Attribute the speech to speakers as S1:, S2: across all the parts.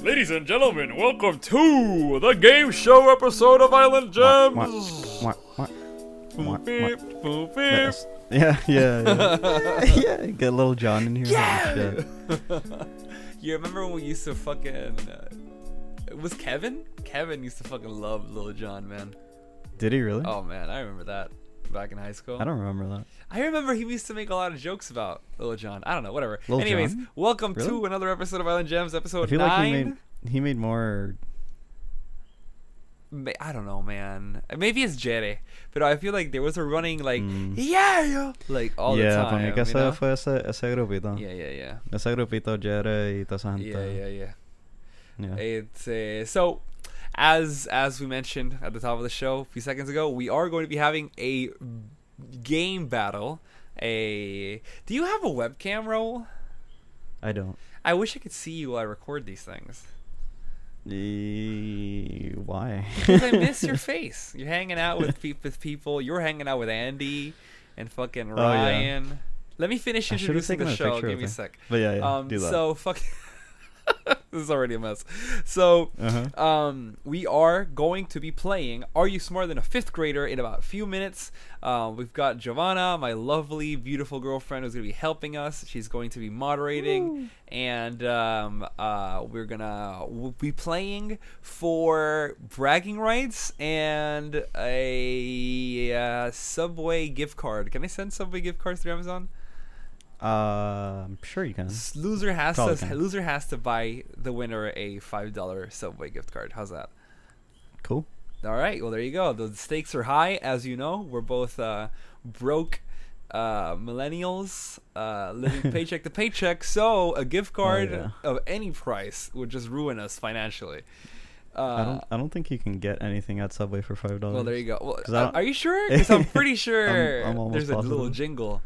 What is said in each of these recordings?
S1: Ladies and gentlemen, welcome to the game show episode of Island Gems.
S2: What? What? What? what,
S1: Beep, boop, beep.
S2: Yes. Yeah, yeah, yeah. yeah, get little John in here. uh, Yeah.
S3: You remember when we used to fucking. Uh, it was Kevin? Kevin used to fucking love Lil Jon, man.
S2: Did he really?
S3: Oh, man, I remember that back in high school.
S2: I don't remember that.
S3: I remember he used to make a lot of jokes about Lil Jon. I don't know, whatever.
S2: Lil
S3: Anyways,
S2: Jon?
S3: welcome to
S2: Really?
S3: another episode of Island Gems,
S2: I
S3: episode
S2: feel like he made
S3: nine.
S2: he made more.
S3: Ma- I don't know, man. Maybe it's Jerry, but I feel like there was a running like
S2: Mm.
S3: yeah, yo, like all
S2: yeah,
S3: the
S2: para
S3: time.
S2: mí que
S3: you know?
S2: ese fue ese, ese grupito.
S3: Yeah, yeah, yeah,
S2: Ese grupito Jere y toda esa gente.
S3: yeah, yeah, yeah.
S2: uh, Yeah.
S3: It's uh, so as as we mentioned at the top of the show a few seconds ago, we are going to be having a game battle. A do you have a webcam roll?
S2: I don't.
S3: I wish I could see you while I record these things.
S2: E- why?
S3: Because I miss your face. You're hanging out with, peop with people. You're hanging out with Andy and fucking
S2: Oh, yeah.
S3: Ryan. Let me finish
S2: I should've
S3: introducing
S2: taken
S3: the
S2: a
S3: show.
S2: picture
S3: Give
S2: of
S3: me a
S2: it.
S3: sec.
S2: But yeah, yeah.
S3: um,
S2: do that.
S3: so fuck. this is already a mess. So
S2: Uh-huh.
S3: um, we are going to be playing Are You Smarter Than a Fifth Grader in about a few minutes. Uh, we've got Giovanna, my lovely, beautiful girlfriend, who's going to be helping us. She's going to be moderating. And um, uh, we're going to we'll be playing for bragging rights and a uh, Subway gift card. Can I send Subway gift cards through Amazon?
S2: Uh, I'm sure you can.
S3: S- Loser has
S2: Probably
S3: to
S2: can.
S3: loser has to buy the winner a five dollar Subway gift card. How's that?
S2: Cool.
S3: All right. Well, there you go. The stakes are high, as you know. We're both uh, broke uh, millennials uh, living paycheck to paycheck. So a gift card
S2: Oh, yeah.
S3: of any price would just ruin us financially. Uh,
S2: I don't. I don't think you can get anything at Subway for five dollars.
S3: well, there you go. Well,
S2: 'Cause I
S3: uh,
S2: don't-
S3: are you sure? 'Cause I'm pretty
S2: I'm-
S3: sure
S2: I'm almost
S3: there's a little
S2: positive.
S3: jingle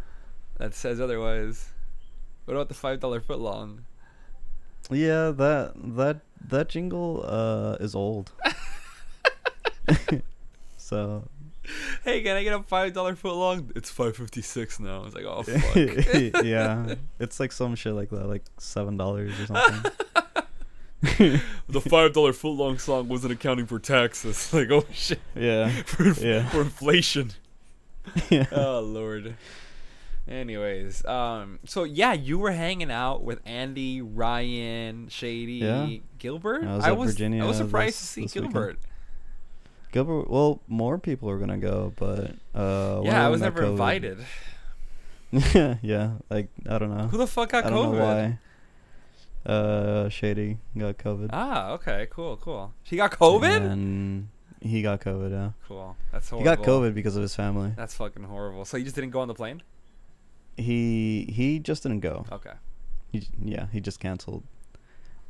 S3: that says otherwise. What about the five dollar foot long?
S2: Yeah, that that that jingle uh is old. so
S3: Hey, can I get a five dollar foot long? It's five fifty six now. It's like, oh fuck.
S2: yeah, it's like some shit like that, like seven dollars or something.
S1: The five dollar foot long song wasn't accounting for taxes. Like oh shit,
S2: yeah,
S1: for, inf-
S2: Yeah.
S1: for inflation.
S2: yeah.
S3: oh lord anyways um so yeah you were hanging out with andy ryan shady
S2: Yeah.
S3: gilbert
S2: I was
S3: i
S2: at
S3: was, I
S2: Virginia
S3: was surprised
S2: this-
S3: to see
S2: this weekend.
S3: gilbert
S2: Gilbert. Well, more people are gonna go, but uh, one
S3: yeah i
S2: of
S3: was
S2: them got
S3: never
S2: COVID.
S3: invited
S2: yeah, yeah. Like I don't know.
S3: who the fuck got
S2: I don't
S3: covid
S2: know why. Uh, Shady got COVID.
S3: ah okay cool cool she got covid
S2: And he got COVID. Yeah,
S3: cool that's
S2: he
S3: horrible
S2: got COVID because of his family.
S3: that's fucking horrible so you just didn't go on the plane
S2: He he just didn't go.
S3: okay
S2: He, yeah, he just canceled.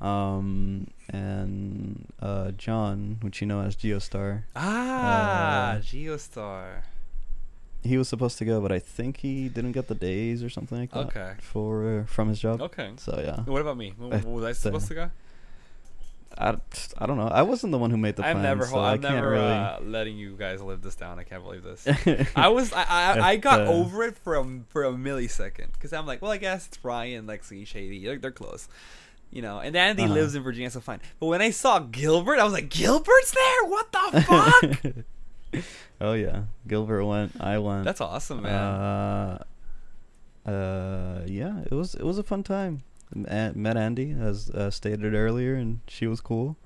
S2: Um, and uh, John, which you know as Geostar,
S3: ah
S2: Uh,
S3: geostar
S2: he was supposed to go, but I think he didn't get the days or something like that.
S3: Okay.
S2: For from his job.
S3: okay
S2: So yeah,
S3: what about me W-
S2: Uh,
S3: was i supposed to go
S2: I, I don't know. I wasn't the one who made the
S3: I'm
S2: plan,
S3: never,
S2: so
S3: I'm
S2: I can't
S3: never
S2: really.
S3: uh, letting you guys live this down. I can't believe this. I was, I, I,
S2: If,
S3: I got
S2: uh,
S3: over it for a, for a millisecond because I'm like, well, I guess it's Ryan, Lexi, Shady, they're, they're close, you know. And Andy
S2: Uh-huh.
S3: lives in Virginia, so fine. But when I saw Gilbert, I was like, Gilbert's there? What the fuck?
S2: oh yeah, Gilbert went. I went.
S3: That's awesome, man.
S2: Uh, uh, yeah, it was it was a fun time. M- a- Met Andy as uh, stated earlier, and she was cool.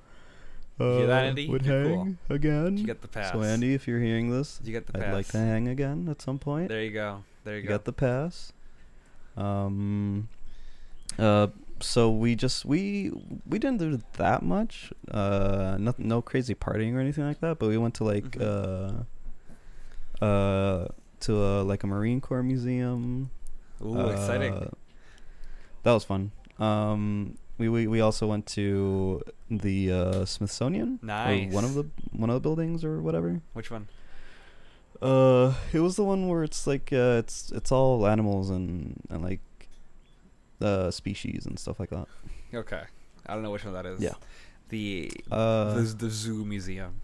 S2: Uh,
S3: You hear that, Andy?
S2: Would
S3: You're cool.
S2: hang again.
S3: You get the pass.
S2: So Andy, if you're hearing this,
S3: you get the pass.
S2: I'd like to hang again at some point.
S3: There you go. There you,
S2: You
S3: go.
S2: got the pass. Um. Uh. So we just we we didn't do that much. Uh. Not, no crazy partying or anything like that. But we went to like
S3: Mm-hmm.
S2: uh. Uh. To a, like a Marine Corps museum.
S3: Ooh, exciting.
S2: Uh, That was fun. Um. We, we, we also went to the uh, Smithsonian. Or one
S3: Nice.
S2: of the one of the buildings or whatever.
S3: Which one?
S2: Uh, it was the one where it's like uh, it's it's all animals and and like uh species and stuff like that.
S3: Okay, I don't know which one that is.
S2: Yeah.
S3: The
S2: Uh,
S3: the, the zoo museum.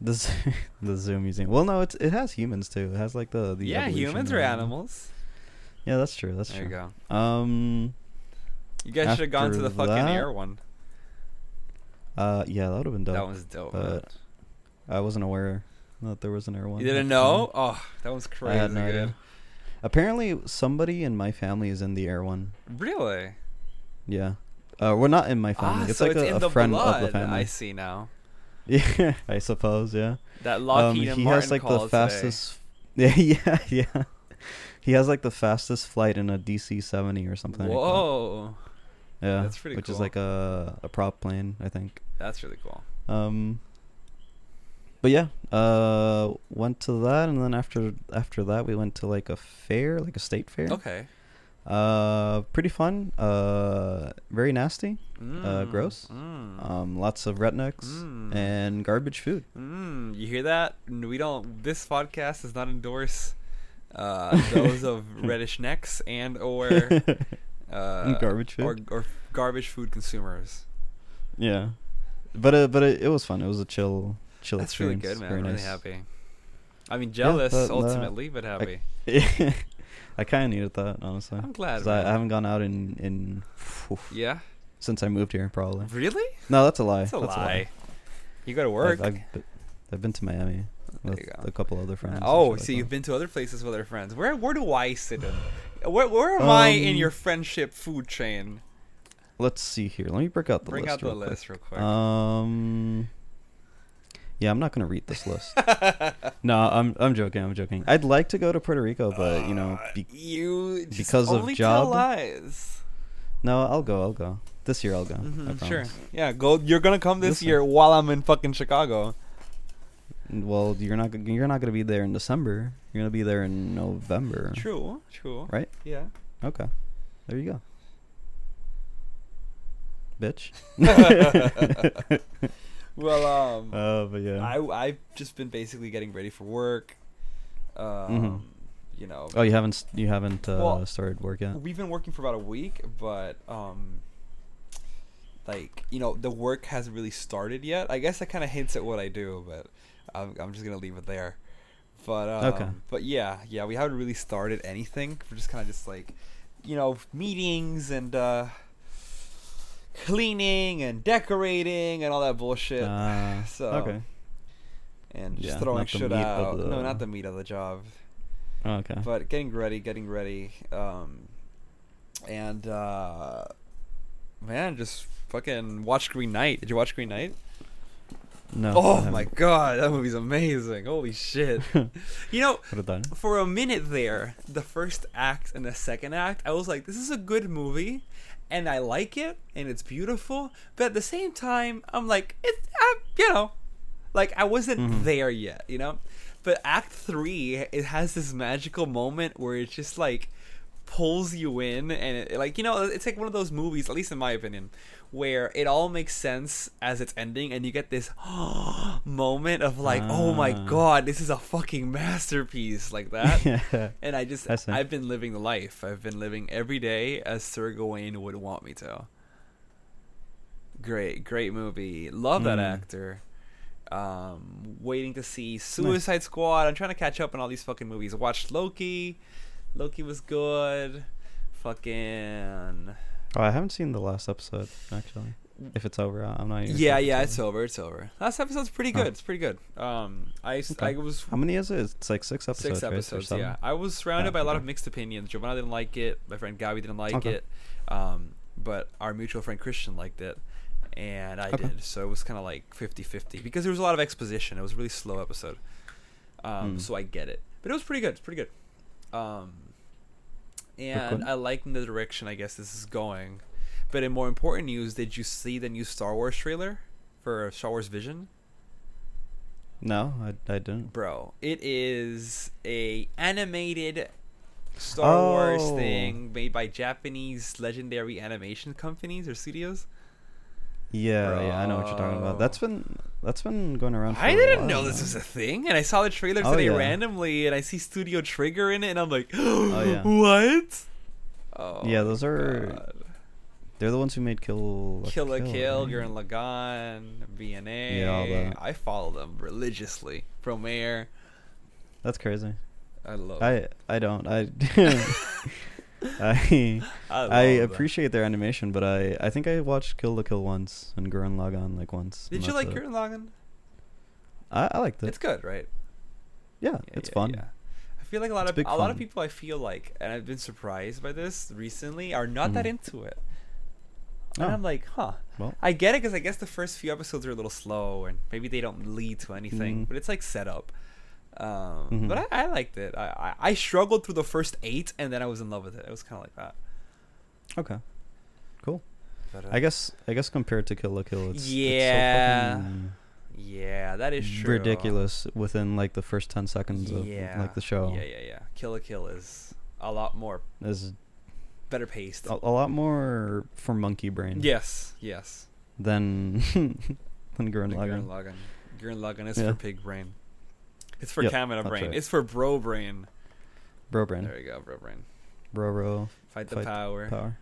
S2: The zoo, the zoo museum. Well, no, it's it has humans too. It has like the the
S3: yeah,
S2: evolution
S3: humans
S2: and-
S3: are animals.
S2: Yeah, that's true. That's
S3: there
S2: true.
S3: you go.
S2: Um,
S3: You guys should have gone to
S2: After
S3: the fucking
S2: that-
S3: air one.
S2: Uh, yeah, that would have been dope.
S3: That one's dope.
S2: Uh,
S3: man.
S2: I wasn't aware that there was an air one.
S3: you didn't
S2: at the
S3: know?
S2: time.
S3: Oh, that one's
S2: I
S3: crazy.
S2: had no idea.
S3: dude.
S2: Apparently, somebody in my family is in the air one.
S3: Really?
S2: Yeah. Uh, we're not in my family.
S3: ah,
S2: it's
S3: so
S2: like
S3: it's
S2: a,
S3: in
S2: a
S3: the
S2: friend
S3: blood.
S2: of the
S3: I
S2: family.
S3: see now.
S2: Yeah, I suppose. Yeah.
S3: That Lockheed
S2: um,
S3: and
S2: he
S3: Martin
S2: has like
S3: call
S2: the fastest. Yeah, yeah, yeah. He has like the fastest flight in a DC seventy or something.
S3: Today.
S2: like that.
S3: Whoa,
S2: yeah,
S3: that's pretty
S2: Which is
S3: cool.
S2: like a a prop plane, I think.
S3: that's really cool.
S2: Um. But yeah, uh, went to that, and then after after that, we went to like a fair, like a state fair.
S3: Okay.
S2: Uh, pretty fun. Uh, very nasty.
S3: Mm,
S2: Uh, gross?
S3: Mm.
S2: Um, lots of rednecks
S3: Mm.
S2: and garbage food.
S3: Mm, you hear that? N- We don't. This podcast does not endorse uh, those of reddish necks and or uh,
S2: Garbage
S3: or,
S2: food?
S3: or garbage food consumers.
S2: Yeah, but uh, but it, it was fun. It was a chill, chill
S3: That's really good,
S2: experience.
S3: man.
S2: Very
S3: I'm really
S2: nice.
S3: happy. I mean, jealous
S2: but, uh,
S3: ultimately, but happy.
S2: I kind of needed that, honestly.
S3: I'm glad,
S2: 'Cause I,
S3: man.
S2: I haven't gone out in in oof,
S3: yeah.
S2: since I moved here, probably.
S3: Really?
S2: No, that's a lie.
S3: That's a lie. You go to
S2: I've-
S3: work.
S2: I've, be- I've been to Miami
S3: There
S2: with
S3: you go.
S2: a couple other friends. and
S3: oh,
S2: shit like
S3: so you've
S2: that.
S3: been to other places with other friends. Where where do I sit in? Where where am I in
S2: Um,
S3: your friendship food chain?
S2: Let's see here. Let me break out the
S3: Bring
S2: list.
S3: out the
S2: real
S3: list real quick.
S2: Um. Yeah, I'm not gonna read this list. no, I'm I'm joking. I'm joking. I'd like to go to Puerto Rico, but you know,
S3: Uh,
S2: be-
S3: you just
S2: because of
S3: only
S2: job?
S3: tell lies.
S2: no, I'll go. I'll go this year. I'll go. I
S3: Mhm,
S2: promise.
S3: sure. Yeah, go. You're gonna come this
S2: Listen.
S3: year while I'm in fucking Chicago.
S2: Well, you're not g- you're not gonna be there in December. You're gonna be there in November.
S3: True. True.
S2: Right.
S3: Yeah.
S2: Okay. There you go. Bitch.
S3: Well, um,
S2: uh, but yeah.
S3: I I've just been basically getting ready for work. Um, you know,
S2: Mm-hmm. oh, you haven't s- you haven't uh,
S3: Well,
S2: started work yet.
S3: we've been working for about a week, but um, like you know, the work hasn't really started yet. I guess that kind of hints at what I do, but I'm, I'm just gonna leave it there. But um,
S2: Okay.
S3: but yeah, yeah, we haven't really started anything. We're just kind of just like, you know, meetings and uh, cleaning and decorating and all that bullshit.
S2: Ah,
S3: so
S2: okay.
S3: and just
S2: Yeah,
S3: throwing
S2: not the
S3: shit
S2: meat of
S3: out. No,
S2: the-
S3: not the meat of the job
S2: Oh, okay.
S3: but getting ready, getting ready, um, and uh, man, just fucking watch Green Knight. Did you watch Green Knight?
S2: no.
S3: oh my god, that movie's amazing! Holy shit! you know,
S2: Put it down.
S3: for a minute there, the first act and the second act, I was like, this is a good movie, and I like it, and it's beautiful. But at the same time, I'm like, it, I, you know, like I wasn't there yet, you know. But act three, it has this magical moment where it's just like pulls you in and it, like you know it's like one of those movies at least in my opinion where it all makes sense as it's ending and you get this moment of like oh my
S2: Ah.
S3: god this is a fucking masterpiece like that
S2: Yeah.
S3: and i just
S2: I see.
S3: i've been living the life i've been living every day as sir gawain would want me to great great movie love that
S2: Mm.
S3: actor um waiting to see suicide squad i'm trying to catch up on all these fucking movies watched loki loki was good fucking
S2: Oh, I haven't seen the last episode actually. If it's over, I- I'm not. even sure
S3: yeah
S2: if
S3: yeah
S2: over.
S3: it's over it's over last episode's pretty
S2: Huh.
S3: good it's pretty good um i s-
S2: Okay.
S3: i was
S2: How many is it? It's like six episodes.
S3: six
S2: right? Or
S3: episodes.
S2: seven?
S3: Yeah, I was surrounded
S2: Yeah,
S3: by a lot
S2: okay.
S3: of mixed opinions. Giovanna didn't like it. My friend Gabby didn't like
S2: Okay.
S3: it. Um, but our mutual friend Christian liked it, and I
S2: Okay.
S3: did. So it was kind of like 50-50 because there was a lot of exposition. It was a really slow episode. Um,
S2: Hmm.
S3: So I get it, but it was pretty good. It's pretty good. Um, and
S2: Good.
S3: I like the direction I guess this is going. But in more important news, did you see the new Star Wars trailer for Star Wars Vision?
S2: No, I, I didn't.
S3: bro it is a animated star wars
S2: Oh.
S3: thing made by japanese legendary animation companies or studios
S2: Yeah, yeah, I know what you're talking
S3: Bro.
S2: about. That's been that's been going around. For
S3: i
S2: a
S3: didn't
S2: while
S3: know this
S2: now.
S3: was a thing and i saw the trailer
S2: Oh,
S3: today
S2: yeah.
S3: randomly and i see studio trigger in it and i'm like
S2: Oh, yeah.
S3: what oh
S2: Yeah, those are-
S3: God.
S2: They're the ones who made Kill
S3: kill a kill
S2: right?
S3: Gurren lagann bna
S2: Yeah, all that.
S3: i follow them religiously from air Oh.
S2: That's crazy.
S3: i love
S2: I I don't. I I
S1: I,
S2: I
S1: love that.
S2: appreciate their animation, but I I think I watched Kill the Kill once and Gurren Lagann like once.
S3: Did
S2: and
S3: you
S2: that's
S3: like
S2: it.
S3: Gurren Lagann?
S2: I, I liked it.
S3: It's good, right?
S2: yeah,
S3: Yeah,
S2: it's
S3: yeah,
S2: fun.
S3: yeah. I feel like a lot
S2: It's
S3: of a
S2: big
S3: lot of
S2: fun.
S3: people I feel like, and I've been surprised by this recently, are not that
S2: Mhm.
S3: into it.
S2: Oh.
S3: And I'm like, huh.
S2: Well.
S3: I get it because I guess the first few episodes are a little slow and maybe they don't lead to anything,
S2: Mm.
S3: but it's like set up. Um,
S2: Mhm.
S3: But I, I liked it. I, I, I struggled through the first eight and then I was in love with it. It was kind of like that.
S2: Okay, cool.
S3: But, uh,
S2: I guess I guess compared to Kill la Kill, it's
S3: Yeah.
S2: it's so fucking
S3: Yeah, that is true.
S2: ridiculous within like the first ten seconds of like the show.
S3: Yeah, yeah, yeah. Kill a Kill is a lot more
S2: There's
S3: better paced.
S2: a, a lot more for Monkey Brain.
S3: Yes, yes.
S2: Than than Gurren
S3: The
S2: Lagann.
S3: Gurren Lagann. Gurren Lagann is
S2: Yeah.
S3: for pig brain. It's for
S2: Yep,
S3: camera
S2: that's
S3: brain.
S2: right.
S3: It's for bro brain.
S2: Bro Brain.
S3: There you go, bro brain.
S2: Bro Bro.
S3: Fight the
S2: Fight the
S3: power.
S2: power.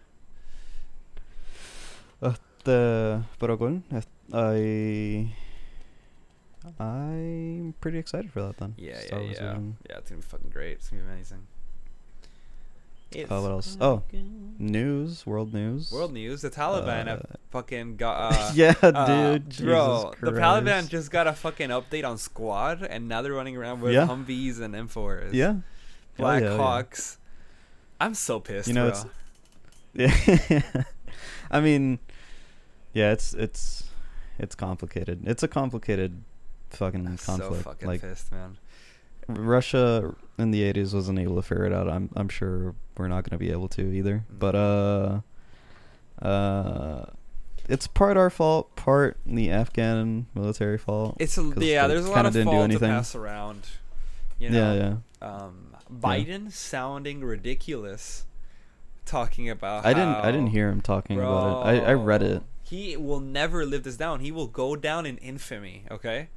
S2: At, uh, but again, I- I I'm pretty excited for that then.
S3: Yeah, yeah,
S2: Star Wars
S3: yeah.
S2: Vision.
S3: Yeah, it's gonna be fucking great. It's gonna be amazing. It's
S2: what else? Oh. News, world news.
S3: World news: the Taliban have
S2: Uh,
S3: fucking got. Uh,
S2: yeah,
S3: uh,
S2: dude. Jesus
S3: bro, the Taliban
S2: Christ.
S3: just got a fucking update on Squad, and now they're running around with
S2: Yeah.
S3: Humvees and M4s.
S2: Yeah. Hell
S3: Black
S2: yeah, yeah.
S3: Hawks. I'm so pissed.
S2: You know,
S3: bro.
S2: it's- Yeah. I mean, yeah, it's it's it's complicated. It's a complicated fucking
S3: I'm
S2: conflict.
S3: so fucking
S2: like
S3: pissed, man.
S2: Russia in the 80s wasn't able to figure it out. I'm I'm sure we're not going to be able to either.
S3: Mm-hmm.
S2: But uh uh it's part our fault, part the Afghan military fault.
S3: It's a,
S2: 'cause
S3: yeah.
S2: they
S3: There's a lot
S2: kinda
S3: of
S2: didn't do
S3: fault to
S2: anything.
S3: pass around. You know,
S2: yeah, yeah.
S3: Um, Biden sounding ridiculous, talking about.
S2: I didn't I didn't
S3: how-
S2: hear him talking about it. I I read
S3: Bro,
S2: it.
S3: He will never live this down. He will go down in infamy. Okay,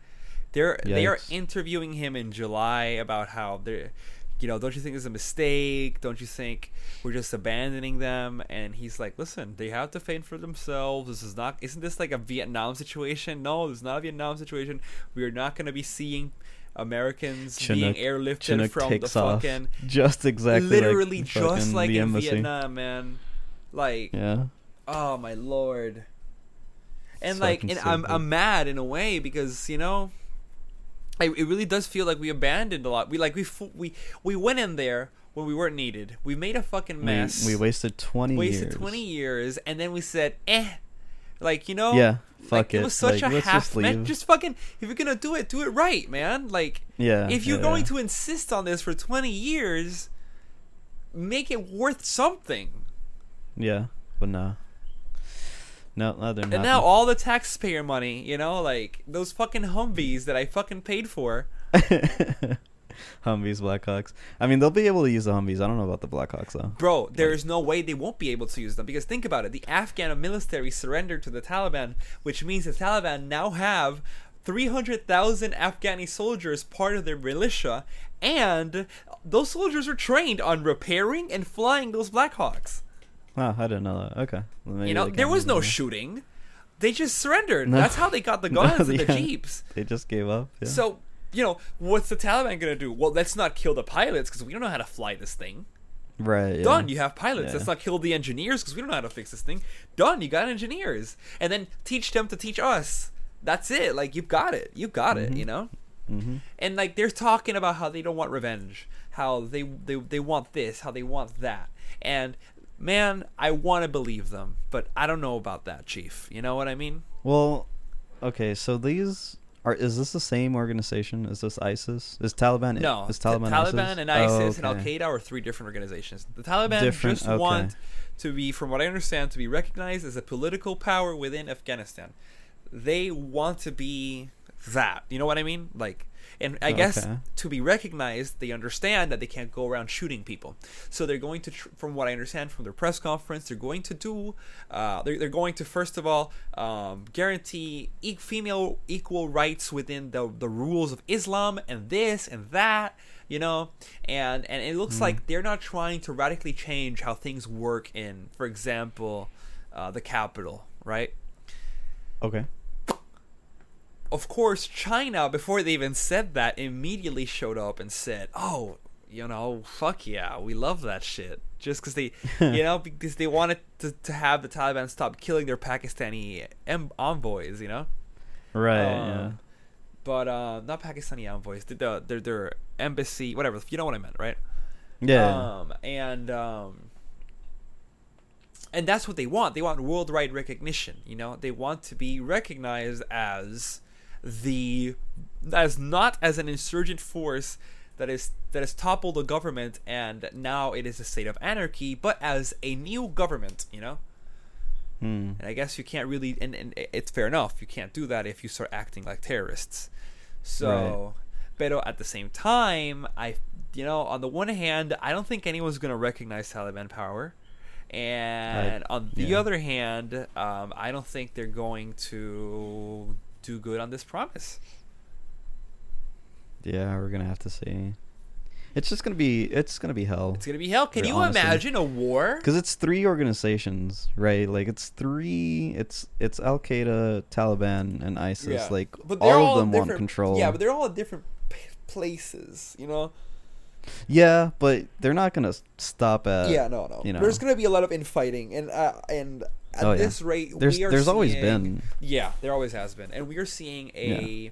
S3: they're they are
S2: Yikes.
S3: interviewing him in July about how they're, you know, don't you think it's a mistake? Don't you think we're just abandoning them? And he's like, listen, they have to fend for themselves. This is not. Isn't this like a Vietnam situation? No, this is not a Vietnam situation. We are not going to be seeing. Americans being
S2: Chinook-
S3: airlifted
S2: Chinook
S3: from the
S2: takes off
S3: fucking
S2: just exactly like
S3: literally just
S2: fucking
S3: like
S2: the
S3: in
S2: embassy.
S3: Vietnam, man. Like,
S2: Yeah.
S3: oh my lord. And
S2: It's
S3: like,
S2: fucking
S3: and
S2: so
S3: I'm
S2: good.
S3: I'm mad in a way because you know, I, it really does feel like we abandoned a lot. We like we fu- we we went in there when we weren't needed. We made a fucking
S2: We,
S3: mess.
S2: we wasted 20
S3: wasted
S2: years.
S3: 20 years, and then we said, eh, like you know,
S2: Yeah,
S3: like,
S2: fuck
S3: it.
S2: it.
S3: was such
S2: Like,
S3: a
S2: let's
S3: half
S2: just
S3: man.
S2: leave.
S3: Just fucking, if you're gonna do it, do it right, man. Like,
S2: Yeah.
S3: if you're
S2: yeah,
S3: going
S2: yeah.
S3: to insist on this for 20 years, make it worth something.
S2: Yeah, but no. No, no, they're not.
S3: And now all the taxpayer money, you know, like those fucking Humvees that I fucking paid for.
S2: Humvees, Blackhawks. I mean, they'll be able to use the Humvees. I don't know about the Blackhawks though.
S3: Bro, there is no way they won't be able to use them because think about it. The Afghan military surrendered to the Taliban, which means the Taliban now have 300,000 Afghani soldiers part of their militia, and those soldiers are trained on repairing and flying those Blackhawks.
S2: Oh, I didn't know that. Okay. Well, maybe
S3: You know,
S2: they
S3: there
S2: can
S3: was
S2: use
S3: no
S2: them.
S3: shooting. They just surrendered.
S2: No.
S3: That's how they got the
S2: No,
S3: guns and
S2: yeah.
S3: the jeeps.
S2: They just gave up. Yeah.
S3: So, you know, what's the Taliban going to do? Well, let's not kill the pilots because we don't know how to fly this thing.
S2: right. Yeah.
S3: Done, you have pilots. Let's
S2: Yeah.
S3: not kill the engineers because we don't know how to fix this thing. Done, you got engineers. And then teach them to teach us. That's it. Like, you've got it. You've got
S2: Mm-hmm.
S3: it, you know?
S2: hmm
S3: And, like, they're talking about how they don't want revenge, how they, they, they want this, how they want that. And, man, I want to believe them, but I don't know about that, Chief. You know what I mean?
S2: Well, okay. So these are. Is this the same organization? Is this ISIS? Is Taliban?
S3: No,
S2: Is
S3: the
S2: Taliban?
S3: Taliban
S2: ISIS?
S3: and ISIS
S2: Oh,
S3: and
S2: okay.
S3: Al Qaeda are three different organizations. The Taliban
S2: Different,
S3: just
S2: okay.
S3: want to be, from what I understand, to be recognized as a political power within Afghanistan. They want to be that. You know what I mean? Like, and I guess
S2: Okay.
S3: to be recognized, they understand that they can't go around shooting people. So they're going to, tr- from what I understand from their press conference, they're going to do, uh, they're, they're going to first of all um, guarantee e- female equal rights within the, the rules of Islam and this and that, you know, and and it looks like they're not trying to radically change how things work in, for example, uh, the capital, right?
S2: Okay.
S3: of course, China, before they even said that, immediately showed up and said, "Oh, you know, fuck yeah, we love that shit. Just because they, you know, because they wanted to, to have the Taliban stop killing their Pakistani em- envoys, you know?
S2: Right.
S3: Um, But uh, not Pakistani envoys, the, the, their, their embassy, whatever, you know what I meant, right?
S2: yeah. Yeah.
S3: Um, and um, and that's what they want. They want worldwide recognition. You know, they want to be recognized as the as not as an insurgent force that is that has toppled the government and now it is a state of anarchy, but as a new government. You know.
S2: Hmm.
S3: And I guess you can't really, and, and i- it's fair enough. You can't do that if you start acting like terrorists. So, but at the same time, I, you know, on the one hand, I don't think anyone's gonna recognize Taliban power, and on the
S2: yeah.
S3: other hand, um, I don't think they're going to do good on this promise.
S2: Yeah, we're gonna have to see. It's just gonna be it's gonna be hell.
S3: It's gonna be hell. Can
S2: Yeah,
S3: you
S2: honestly.
S3: imagine a war?
S2: Because it's three organizations, right? Like it's three. It's it's Al Qaeda, Taliban, and ISIS. Like all,
S3: they're
S2: of them want
S3: different-
S2: control.
S3: Yeah, but they're all in different p- places. You know.
S2: Yeah, but they're not gonna s- stop at.
S3: yeah, no, no.
S2: uh, you know.
S3: There's gonna be a lot of infighting, and uh, and at
S2: Oh, yeah.
S3: this rate,
S2: There's
S3: we are
S2: there's always
S3: seeing-
S2: been.
S3: Yeah, there always has been, and we are seeing a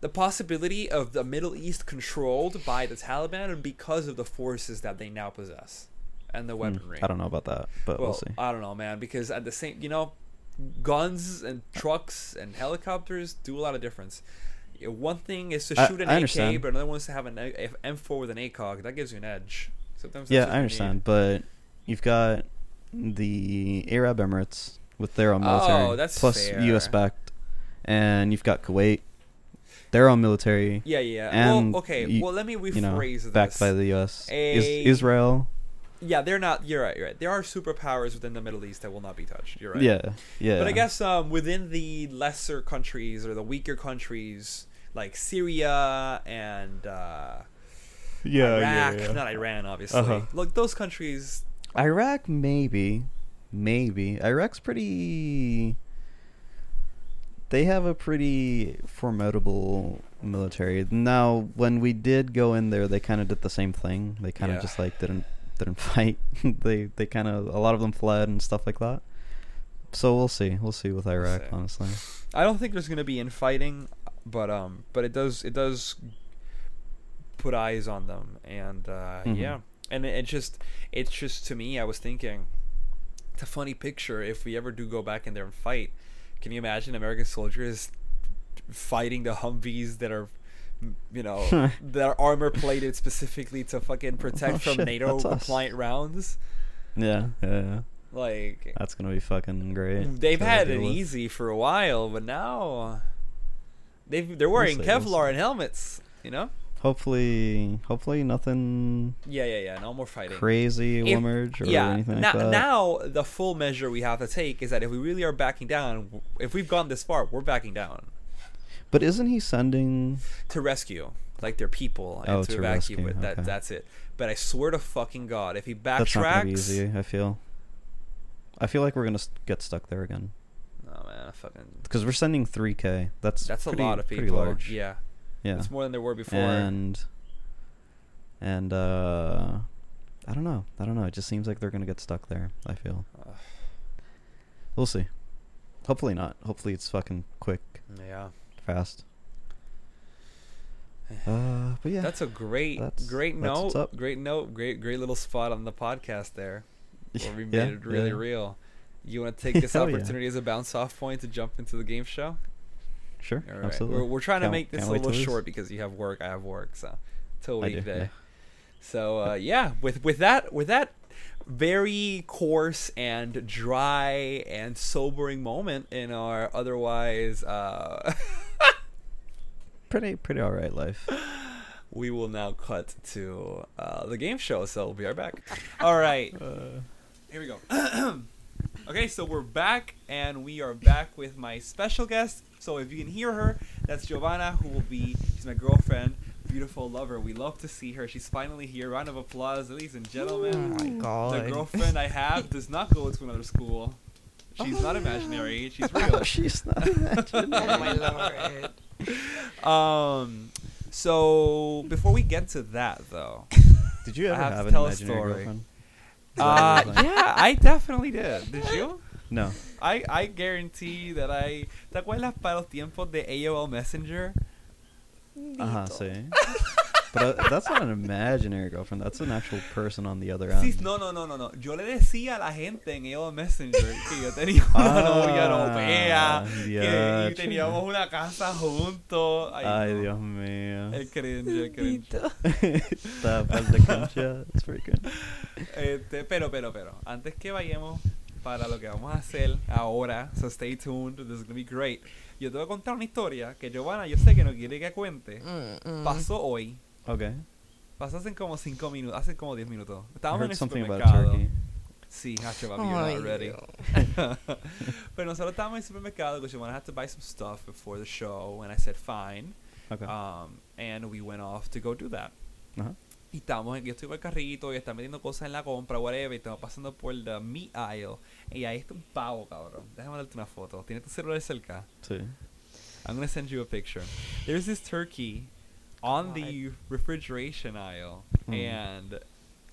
S3: the possibility of the Middle East controlled by the Taliban, and because of the forces that they now possess and the
S2: Hmm,
S3: weaponry.
S2: I don't know about that, but we'll,
S3: well,
S2: see.
S3: I don't know, man, because at the same, you know, guns and trucks and helicopters do a lot of difference. Yeah, One thing is to
S2: I-
S3: shoot an
S2: I
S3: AK,
S2: understand.
S3: but another one is to have an A- M4 with an ACOG. That gives you an edge. Sometimes that's
S2: yeah,
S3: what
S2: I
S3: you
S2: understand,
S3: need.
S2: but you've got the Arab Emirates with their own
S3: Oh,
S2: military,
S3: that's
S2: plus
S3: fair.
S2: U.S. backed, and you've got Kuwait, their own military,
S3: Yeah, yeah.
S2: and
S3: well, okay.
S2: you-
S3: well, let me rephrase
S2: you know,
S3: this.
S2: backed by the U.S. Is,
S3: A-
S2: Israel.
S3: yeah, they're not. You're right. You're right. There are superpowers within the Middle East that will not be touched. You're right.
S2: Yeah, yeah.
S3: But I guess um, within the lesser countries or the weaker countries like Syria and uh,
S2: yeah,
S3: Iraq, not Iran, obviously.
S2: Uh-huh.
S3: Look, those countries.
S2: Iraq, maybe, maybe Iraq's pretty. They have a pretty formidable military. Now, when we did go in there, they kind of did the same thing. They kind of
S3: Yeah.
S2: just like didn't didn't fight. they they kind of a lot of them fled and stuff like that. So we'll see. We'll see with Iraq,
S3: see.
S2: honestly.
S3: I don't think there's gonna be infighting, but um, but it does it does put eyes on them, and uh,
S2: Mhm.
S3: yeah, and it, it just it's just to me, I was thinking, it's a funny picture if we ever do go back in there and fight. Can you imagine American soldiers fighting the Humvees that are, m- you know, that are armor plated specifically to fucking protect
S2: Oh,
S3: from
S2: shit,
S3: NATO
S2: that's us.
S3: compliant rounds?
S2: Yeah, yeah, yeah.
S3: Like
S2: That's gonna be fucking great.
S3: They've
S2: to
S3: had
S2: deal
S3: it
S2: with.
S3: easy for a while, but now they've they're wearing
S2: see, we'll
S3: Kevlar and helmets. You know?
S2: Hopefully, hopefully nothing
S3: Yeah, yeah, yeah. No more fighting.
S2: crazy will
S3: If-
S2: emerge or
S3: yeah.
S2: anything
S3: now,
S2: like that.
S3: now the full measure we have to take is that if we really are backing down, if we've gone this far, we're backing down
S2: But isn't he sending?
S3: to rescue like their people and
S2: Oh,
S3: to,
S2: to
S3: evacuate.
S2: rescue,
S3: That
S2: okay.
S3: that's it. But I swear to fucking god, if he
S2: That's not gonna be
S3: backtracks,
S2: easy. I feel. I feel like we're gonna s- get stuck there again
S3: no Oh, man, I fucking.
S2: because we're sending three k. That's
S3: That's
S2: pretty-
S3: a lot of
S2: pretty
S3: people.
S2: large.
S3: Yeah,
S2: yeah.
S3: it's more than there were before.
S2: And and uh, I don't know. I don't know. It just seems like they're gonna get stuck there. I feel.
S3: Ugh.
S2: We'll see. Hopefully not. Hopefully it's fucking quick,
S3: yeah.
S2: fast. Uh, but yeah.
S3: That's a great,
S2: That's-
S3: great
S2: that's
S3: note.
S2: what's up.
S3: Great note. Great, great little spot on the podcast there. Where we made
S2: Yeah,
S3: it really
S2: yeah.
S3: real. You want to take this
S2: Hell yeah.
S3: opportunity as a bounce off point to jump into the game show?
S2: Sure.
S3: All
S2: Absolutely.
S3: We're, we're trying to
S2: Can't-
S3: make this
S2: can't
S3: a
S2: wait to
S3: little
S2: lose.
S3: short because you have work, I have work, so till
S2: I do,
S3: weekday.
S2: yeah.
S3: So uh, yeah, with with that with that very coarse and dry and sobering moment in our otherwise uh,
S2: Pretty pretty all right life.
S3: we will now cut to uh, the game show, so we are back. All right. Here we go. okay, so we're back, and we are back with my special guest. So if you can hear her, that's Giovanna, who will be, she's my girlfriend, beautiful lover. We love to see her. She's finally here. Round of applause, ladies and gentlemen.
S4: Oh my
S3: The
S4: god.
S3: girlfriend I have does not go to another school. She's not imaginary.
S4: Oh
S3: Oh, She's real.
S2: She's not imaginary.
S4: Oh my lord.
S3: Um, So before we get to that, though,
S2: Did you
S3: I
S2: ever
S3: have
S2: have,
S3: to
S2: an
S3: tell a
S2: imaginary
S3: story.
S2: girlfriend?
S3: uh,
S2: Is that a thing?
S3: yeah, I definitely did. Did you?
S2: No.
S3: I, I guarantee that I. ¿Te acuerdas para los tiempos de AOL Messenger?
S2: Uh huh. See. But uh, that's not an imaginary girlfriend. That's an actual person on the other end.
S3: Sí, no, no, no, no, no. Yo le decía a la gente en AOL Messenger que yo tenía una novia europea,
S2: Ah,
S3: que y
S2: diache.
S3: teníamos una casa juntos. Ay,
S2: Ay,
S3: no.
S2: Dios mío.
S3: El cringe, el cringe.
S2: Está falta de concha. It's pretty good.
S3: Este, pero, pero, pero, antes que vayamos para lo que vamos a hacer ahora, so stay tuned, this is gonna be great. Yo te voy a contar una historia que Giovanna, yo sé que no quiere que cuente.
S4: Mm,
S3: Pasó hoy,
S2: Okay.
S3: pasó hace como 5 minutos, hace como 10 minutos.
S2: I
S3: Estábamos en
S2: heard
S3: el
S2: something about
S3: supermercado.
S2: turkey.
S3: Sí, hacho, papi, you're not ready. pero nosotros estábamos en el supermercado because Giovanna had to buy some stuff before the show, and I said fine.
S2: Okay.
S3: Um, and we went off to go do that.
S2: Uh-huh.
S3: Y estamos, yo estoy por el carrito y están metiendo cosas en la compra, whatever, y estamos pasando por la meat aisle. Y ahí está un pavo, cabrón. Déjame darte una foto. Tienes tu celular cerca.
S2: Sí.
S3: I'm gonna send you a picture. There's this turkey on the refrigeration aisle,
S2: Mm.
S3: and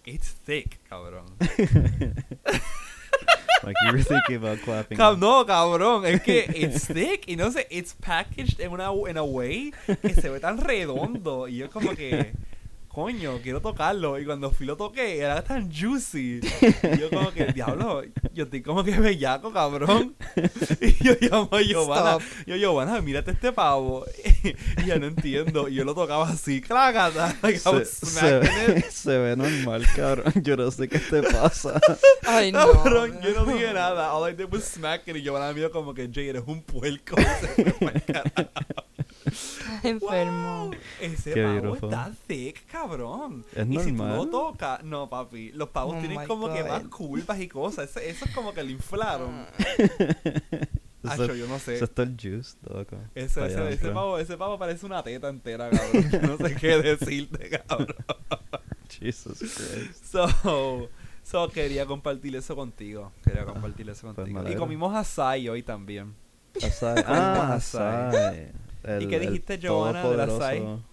S3: it's thick, cabrón.
S2: like you were thinking about clapping.
S3: Cab- no, cabrón, es que it's thick y no sé, it's packaged in, una, in a way que se ve tan redondo y yo como que, coño, quiero tocarlo y cuando fui lo toqué era tan juicy. Y yo como que, diablo, yo estoy como que bellaco, cabrón. Y yo llamo a Giovanna, yo Giovanna, mírate este pavo. Y yo no entiendo, y yo lo tocaba así, clácata, like I
S2: Se,
S3: was
S2: se,
S3: smacking
S2: ve,
S3: it.
S2: se ve normal, cabrón. Yo no sé qué te pasa.
S4: Ay, no.
S3: Cabrón, yo no dije nada. All I did was smack it. Y Giovanna miró como que Jay, eres un puerco. Se fue pa'l carajo.
S4: Estás enfermo.
S3: Wow, Ese
S2: Qué
S3: pavo
S2: beautiful.
S3: está thick, cabrón.
S2: Es
S3: y si tú
S2: normal.
S3: lo tocas, no, papi, los pavos
S4: Oh
S3: tienen
S4: my
S3: como que
S4: God.
S3: más curvas y cosas. Eso, eso es como que le inflaron.
S4: Ah.
S3: Acho,
S2: se,
S3: yo no sé.
S2: se está el juice, loco.
S3: Ese,
S2: Está allá
S3: ese, ese,
S2: adentro.
S3: pavo, ese pavo parece una teta entera, cabrón. Yo no sé qué decirte, cabrón.
S2: Jesus Christ.
S3: So, so, quería compartir eso contigo. Quería compartir eso
S2: pues,
S3: contigo.
S2: me
S3: y
S2: alegro.
S3: comimos asai hoy también.
S2: Asai.
S3: Ah,
S2: Ah,
S3: Asai.
S2: Asai.
S3: ¿Y qué dijiste,
S2: É
S3: Giovanna, del Asai?
S2: todopoderoso.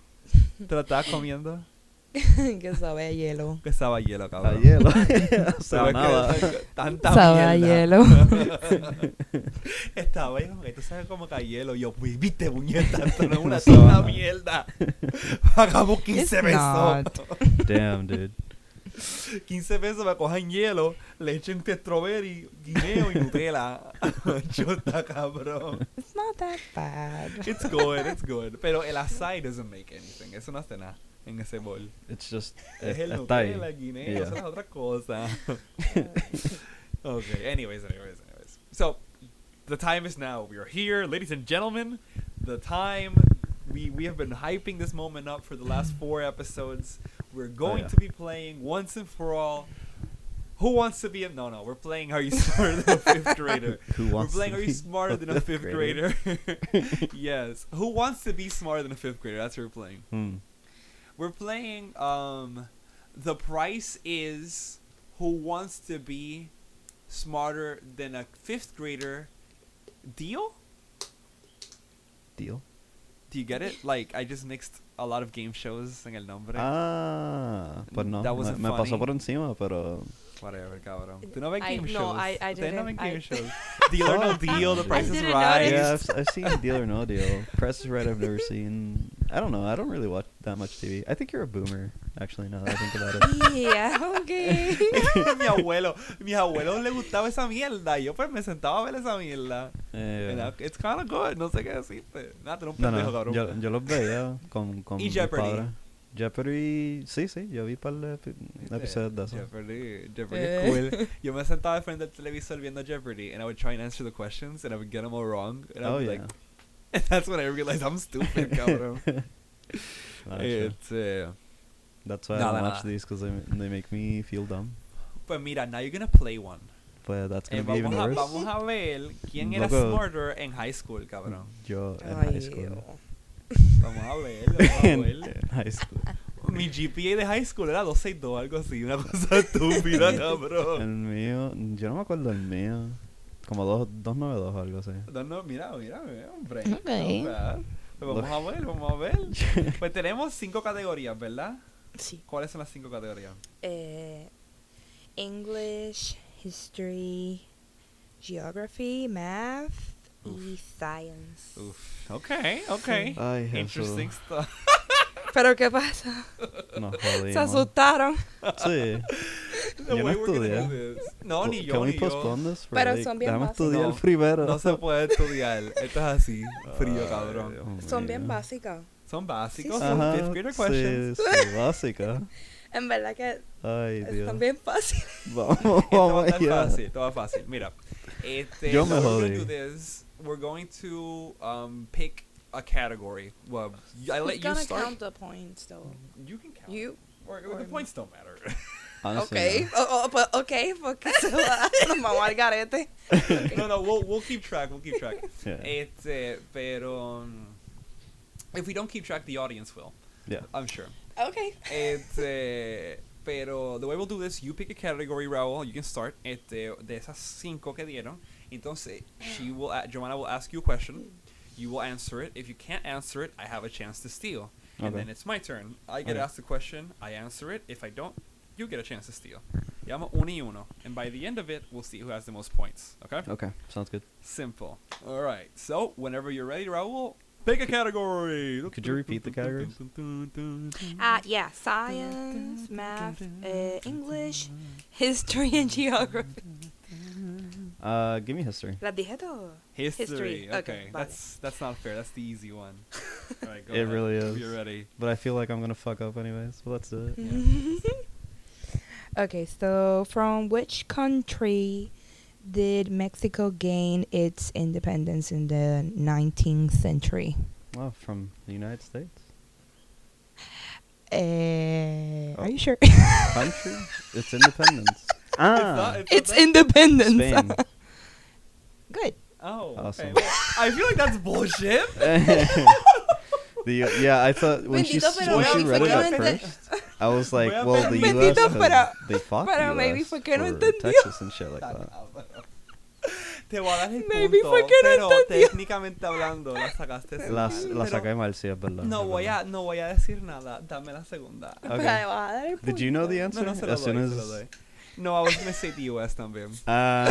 S3: ¿Te la estabas comiendo?
S4: que sabe a hielo.
S3: Que estaba hielo,
S2: A
S3: cabrón.
S2: hielo. O sea,
S3: Sabes que
S2: nada.
S3: esa- Tanta
S4: Sabe a
S3: mierda.
S4: hielo.
S3: Estaba ahí como que tú sabes como que a hielo. Yo, "Uy, viste, puñeta, esto no es una
S2: No sabe
S3: sola
S2: nada.
S3: mierda. Pagamos 15
S4: It's
S3: pesos.
S2: Damn, dude.
S3: 15 pesos para cojan hielo, le echen un strawberry, guineo y Nutella. Chuta, cabrón.
S4: It's not that bad.
S3: It's good, it's good. Pero el açaí doesn't make anything. Eso no hace nada en ese bol.
S2: It's just.
S3: Es el
S2: está ahí.
S3: Nutella, el guineo,
S2: Yeah.
S3: eso es otra cosa. okay, anyways, anyways, anyways. So, the time is now. We are here, ladies and gentlemen. The time we we have been hyping this moment up for the last four episodes. We're going
S2: Oh, yeah.
S3: to be playing once and for all. Who wants to be a no no? We're playing Are You Smarter Than a Fifth Grader?
S2: Who wants
S3: We're playing
S2: to
S3: Are You
S2: be
S3: Smarter Than a Fifth Grader? yes. Who wants to be smarter than a fifth grader? That's what we're playing.
S2: Hmm.
S3: We're playing um the price is who wants to be smarter than a fifth grader deal?
S2: Deal.
S3: Do you get it? Like I just mixed a lot of game shows en el nombre.
S2: Ah, pues no.
S3: That
S2: me,
S3: wasn't
S2: me pasó
S3: funny.
S2: por encima, pero.
S3: Whatever, cabrón. Tú no ves
S4: I-
S3: game
S4: no,
S3: shows.
S4: I- I
S3: Ustedes no ven
S4: didn't.
S3: game
S4: I-
S3: shows. Deal or no deal, the
S2: I
S3: price is
S4: didn't
S3: right.
S4: notice.
S2: Yeah, I've, I've seen Deal or No Deal. Press is Right, I've never seen. I don't know. I don't really watch that much TV. I think you're a boomer, actually, now that I think about it.
S4: yeah, okay.
S3: mi abuelo, mi abuelo le gustaba esa mierda. Yo pues me sentaba a ver esa mierda.
S2: Eh,
S3: And I- it's kind of good, no sé qué decirte. Nada, tú eres un
S2: no,
S3: pendejo,
S2: no.
S3: cabrón.
S2: Yo, yo los veía con, con
S3: Y
S2: mi
S3: Jeopardy.
S2: padre. Jeopardy. Sí, sí. Yo vi para el
S3: ¿Viste?
S2: episodio de eso.
S3: Eh, Jeopardy, Jeopardy
S4: Eh.
S3: es cool. Yo me sentaba frente al televisor viendo Jeopardy and I would try and answer the questions and I would get them all wrong and I
S2: Oh,
S3: would
S2: yeah.
S3: like and that's when I realized I'm stupid, cabrón.
S2: Gotcha.
S3: It's, eh,
S2: That's why
S3: No,
S2: I don't
S3: no,
S2: watch
S3: no.
S2: these because they, ma- they make me feel dumb.
S3: Pues mira, now you're gonna play one.
S2: But that's
S3: Eh,
S2: gonna
S3: vamos,
S2: be even
S3: a,
S2: worse.
S3: vamos a ver quién era
S2: Loco.
S3: smarter en high school, cabrón.
S2: Yo in
S4: Ay,
S2: high school.
S4: ew.
S3: Vamos a ver, vamos a ver.
S2: in high school.
S3: Mi GPA de high school era 262, algo así, una cosa estúpida,
S2: El
S3: cabrón.
S2: mío, yo no me acuerdo el mío. Como dos- 292 o algo así.
S3: No, no, mira, mira, mira, hombre.
S4: Ok.
S3: No, Vamos a ver, vamos a ver. Pues tenemos cinco categorías, ¿verdad?
S4: Sí.
S3: ¿Cuáles son las cinco categorías?
S4: Eh, English, history, geography, math, y science.
S3: Uf. Ok, ok.
S2: Ay,
S3: Interesting
S2: Jesús.
S3: stuff.
S4: Pero ¿qué pasa?
S2: Nos
S4: Se
S2: jodimos.
S4: asustaron.
S2: Sí.
S3: The
S2: Yo no
S3: way we're gonna
S2: estudié.
S3: do this. No, ni yo,
S2: Can we
S3: ni yo.
S2: postpone this? for,
S4: Pero
S2: like,
S4: son bien
S2: Déjame
S4: básicos.
S2: estudiar
S3: No,
S2: primero.
S3: No se puede estudiar. Esto es así. Frío, cabrón.
S4: Son bien
S2: básicos.
S4: básicas.
S3: Son básicos.
S4: Sí,
S3: Son
S2: Ajá,
S3: fifth grader questions.
S2: Sí, sí, básica.
S4: En verdad que
S2: Ay, Dios.
S4: están bien fáciles.
S2: Vamos,
S3: Esto va a
S2: vamos
S3: estar
S2: allá.
S3: fácil, esto va fácil. Mira, este,
S2: Oh, Yo me
S3: what we're gonna
S2: jodí.
S3: do this, We're going to um, pick a category. Well, y- I let
S4: Who's
S3: you
S4: gonna
S3: start.
S4: count the points though?
S3: You can count.
S4: You?
S3: Or, or the points don't matter.
S2: Honestly,
S4: okay. Oh, oh, but okay, porque se va. Nos vamos al garete.
S3: no, no, we'll we'll keep track. We'll keep track.
S2: no. Yeah.
S3: Este, pero um, if we don't keep track, the audience will.
S2: Yeah.
S3: I'm sure.
S4: Okay.
S3: Este, pero the way we'll do this, you pick a category, Raul. You can start. Este, de esas cinco que dieron, entonces she will, a- Joanna will ask you a question. You will answer it. If you can't answer it, I have a chance to steal, and
S2: Okay.
S3: then it's my turn. I get
S2: Okay.
S3: asked the question. I answer it. If I don't, you get a chance to steal. Llamo uno y uno, and by the end of it, we'll see who has the most points. Okay.
S2: Okay. Sounds good.
S3: Simple. All right. So whenever you're ready, Raul, pick a category.
S2: Could you repeat the categories?
S4: Uh, yeah, science, math, uh, English, history, and geography.
S2: Uh, give me history.
S4: Las dije todo.
S3: History.
S4: History.
S3: Okay.
S4: Okay, vale.
S3: That's that's not fair. That's the easy one. All right, go
S2: It
S3: ahead.
S2: really is.
S3: You're ready.
S2: But I feel like I'm gonna fuck up anyways. But let's do it.
S4: okay, so from which country did Mexico gain its independence in the 19th century?
S2: Wow, from the United States
S4: Uh, Are you sure?
S2: Oh. country, its independence. Ah,
S3: It's not,
S4: it's
S3: not that-
S4: independence.
S2: Spain.
S4: Good.
S3: Oh. Okay.
S2: Awesome.
S3: Well, I feel like that's bullshit.
S2: the yeah, I thought when she s-
S4: Bendito, pero
S2: when she
S4: no
S2: read it at
S4: entiende.
S2: first, I was like,
S3: Voy a
S2: well, the
S4: Bendito,
S2: U.S. 'cause
S4: pero-
S2: they fought
S4: pero
S2: the
S4: maybe
S2: U.S.
S4: fue que no
S2: for
S4: entendió.
S2: Texas and shit like that.
S3: Te voy a dar el
S4: Maybe
S3: punto,
S4: fue que
S3: pero
S4: no entendió.
S3: técnicamente hablando, la sacaste. sin-
S2: Las las
S3: pero
S2: saqué mal, sí, es verdad.
S3: No
S2: es
S3: voy
S2: verdad.
S3: a no voy a decir nada. Dame la segunda.
S4: Pero
S2: Okay.
S4: le vas a dar el
S2: Did you know
S4: punto.
S2: the
S3: No,
S2: answer
S3: no se lo
S2: as soon
S3: doy, se
S2: as?
S3: lo doy. No, I was gonna say the US también.
S2: Ah,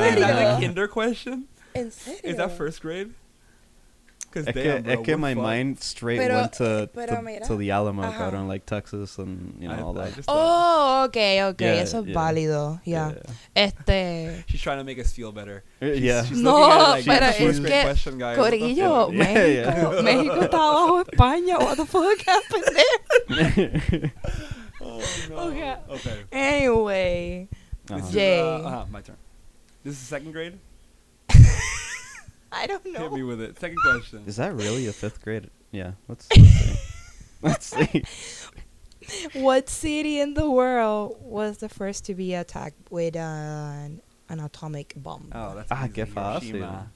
S4: serio?
S3: Is that a
S4: Yeah.
S3: kinder question?
S4: ¿En serio?
S3: Is that first grade? Because
S2: Es que, es que my mind straight
S4: Pero-
S2: went to,
S4: pero
S2: to,
S4: mira.
S2: to the Alamo,
S4: Ajá.
S2: cabrón, like Texas and you know all that.
S4: Oh, okay, okay.
S2: Yeah,
S4: Eso es
S2: yeah.
S4: válido. Ya. Este.
S3: She's trying to make us feel better.
S2: Yeah.
S3: She's,
S2: yeah.
S3: she's
S4: No,
S3: looking at it like,
S2: pero
S3: "That's a
S2: es
S3: first grade
S4: que-
S3: question, guys. What the
S4: Corillo,
S3: fuck?"
S2: Yeah, yeah.
S4: México. México está abajo de España. What the fuck happened there?
S3: Oh, no.
S4: Okay.
S3: Okay.
S4: Anyway.
S3: This is,
S2: Uh-huh.
S4: Yeah. Jay.
S3: uh, uh-huh, my turn. This is second grade?
S4: I don't
S3: Hit
S4: know.
S3: me with it. Second question.
S2: Is that really a fifth grade? Yeah. Let's let's see. let's see.
S4: What city in the world was the first to be attacked with an, an atomic bomb?
S3: oh, that's
S2: Ah,
S3: easy.
S2: qué fácil.
S3: Hiroshima.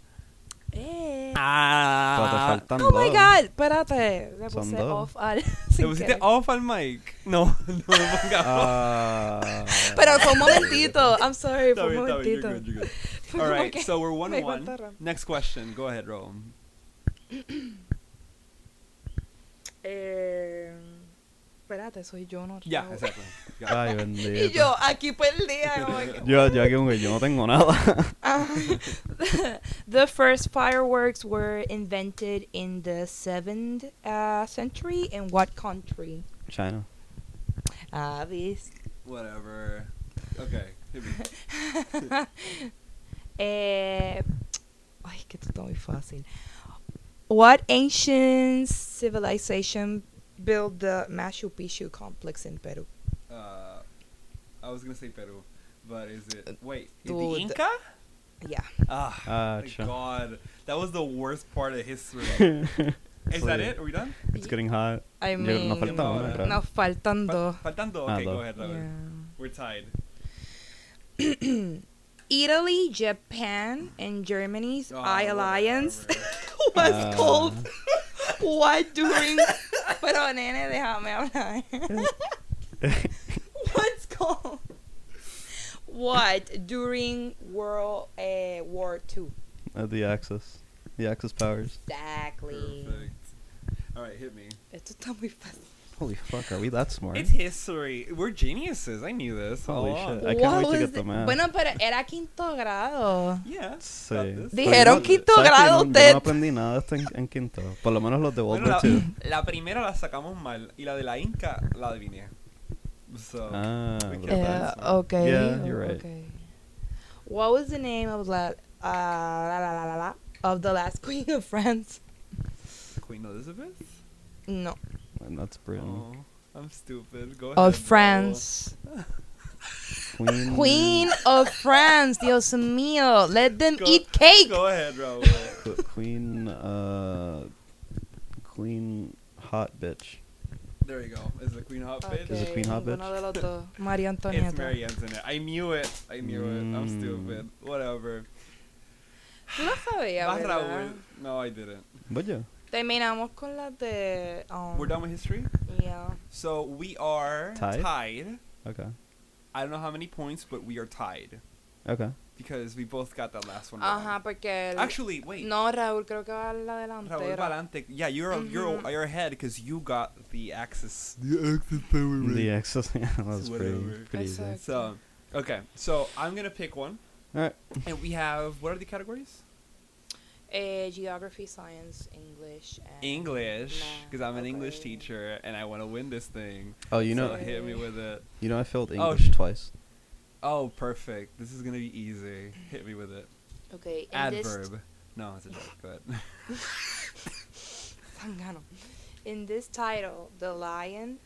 S4: Eh.
S3: Ah.
S2: Pero te faltan
S4: Oh my
S2: dos.
S4: god, espérate. Le
S2: Son
S4: puse
S2: dos.
S4: off al.
S3: Te
S4: sin
S3: pusiste
S4: querer.
S3: off al mic. No, no lo pongamos.
S2: Ah.
S4: Pero fue un momentito. I'm sorry,
S3: Está
S4: fue un
S3: bien, está bien, you're good,
S4: momentito.
S3: you're good.
S4: Fue
S3: All
S4: como
S3: right,
S4: que-
S3: so we're one
S4: me
S3: one.
S4: cortaron.
S3: Next question. Go ahead, Ro.
S4: Eh, espérate, soy yo, no.
S3: Yeah,
S4: Raúl.
S3: exactly. Yeah.
S2: Ay,
S4: Y
S2: bendito.
S4: yo, aquí perdida. como que-
S2: Yo, yo aquí como que yo no tengo nada.
S4: Ah. the first fireworks were invented in the 7th uh, century in what country?
S2: China.
S4: Ah, ¿ves?
S3: Whatever. Okay. hit me.
S4: eh, ay, que esto está muy fácil. What ancient civilization built the Machu Picchu complex in Peru?
S3: Uh, I was gonna say Peru, but is it? Wait, is
S4: dude.
S3: the Inca?
S4: Yeah.
S3: Ah,
S2: Ah,
S3: thank
S2: cha.
S3: God, that was the worst part of history. is
S2: it's
S3: that it? Are we done?
S2: getting hot.
S4: I
S2: Yo-
S4: mean,
S2: nos falta
S3: no,
S2: una,
S3: no.
S2: creo.
S4: nos
S3: Fal-
S4: faltan dos.
S3: Faltando.
S2: Ah,
S3: Okay, go
S2: dos.
S3: ahead. Robert. We're tied.
S4: Yeah. Italy, Japan, and Germany's
S3: Oh,
S4: I alliance
S3: whatever.
S4: was
S2: Ah.
S4: called what during? Pero nene, déjame hablar. What's called what during World uh, War Two?
S2: Uh, the Axis. The Axis powers.
S4: Exactly.
S3: Perfect. All right, hit me.
S4: Esto está muy fácil.
S2: Holy fuck, are we that smart?
S3: It's history. We're geniuses. I knew this. all
S2: Holy
S3: along.
S2: shit. I can't wait to
S4: was
S2: get the
S4: it?
S2: math.
S4: Bueno, pero era quinto grado.
S3: Yeah.
S2: Sí.
S3: got this.
S2: Pero
S4: Dijeron
S2: yo-
S4: quinto
S2: ¿sabes qué? Yo no-
S4: grado,
S2: Yo
S4: usted.
S2: no aprendí nada hasta en, en quinto. Por lo menos los de
S3: Bueno,
S2: World
S3: la,
S2: War II.
S3: la primera la sacamos mal y la de la Inca la adiviné. So,
S2: Ah,
S3: we can't
S2: Yeah,
S3: blame
S4: Yeah,
S3: someone.
S4: okay.
S2: Yeah, you're right.
S4: Okay. Eh, What was the name of la, uh, la, la, la, la, la, of the last queen of France?
S3: Queen Elizabeth?
S4: No,
S2: and that's Britain.
S3: Oh, I'm stupid. Go ahead.
S4: of
S3: Bo.
S4: France.
S2: Queen.
S4: Queen of France, Dios mío, let them
S3: Go-
S4: eat cake.
S3: Go ahead, Raul.
S2: Qu- Queen. Uh, queen. Hot bitch.
S3: there you go. Is the Queen hot bitch?
S2: Is it Queen Hot
S4: ninguno
S2: Bitch?
S4: de los dos. María
S3: It's
S4: Antonieta.
S3: Mary Antoinette. I knew it. I knew it. I'm
S2: Mm.
S3: stupid. Whatever.
S4: Tú lo sabías,
S3: Vas,
S4: ¿verdad?
S3: Raúl. No, I didn't.
S2: Vaya.
S4: Terminamos con las de... Um,
S3: We're done with history.
S4: Yeah.
S3: So we are
S2: Tied?
S3: tied.
S2: Okay.
S3: I don't know how many points, but we are tied
S2: Okay.
S3: because we both got that last one. wrong.
S4: Ajá, porque... el-
S3: Actually, wait.
S4: No, Raúl, creo que va a la
S3: Raúl
S4: delantera.
S3: Valante. Yeah, you're you're
S4: Mhm.
S3: you're ahead because you got the axis. The axis power.
S2: The access. Yeah, that was
S3: Whatever.
S2: pretty, pretty easy.
S4: Exact-
S3: So, okay. So I'm gonna pick one,
S2: Alright.
S3: and we have what are the categories?
S4: Eh, geography, science, English, and
S3: English, because I'm an English
S4: okay.
S3: teacher and I want to win this thing.
S2: Oh, you
S3: so
S2: know,
S4: Sorry.
S3: hit me with it.
S2: you know, I failed
S3: Oh,
S2: English
S3: sh-
S2: twice.
S3: Oh, perfect. This is gonna be easy. Hit me with it.
S4: Okay, in this
S3: Adverb. No, it's a joke. Go ahead.
S4: Zangano. In this title, the lion.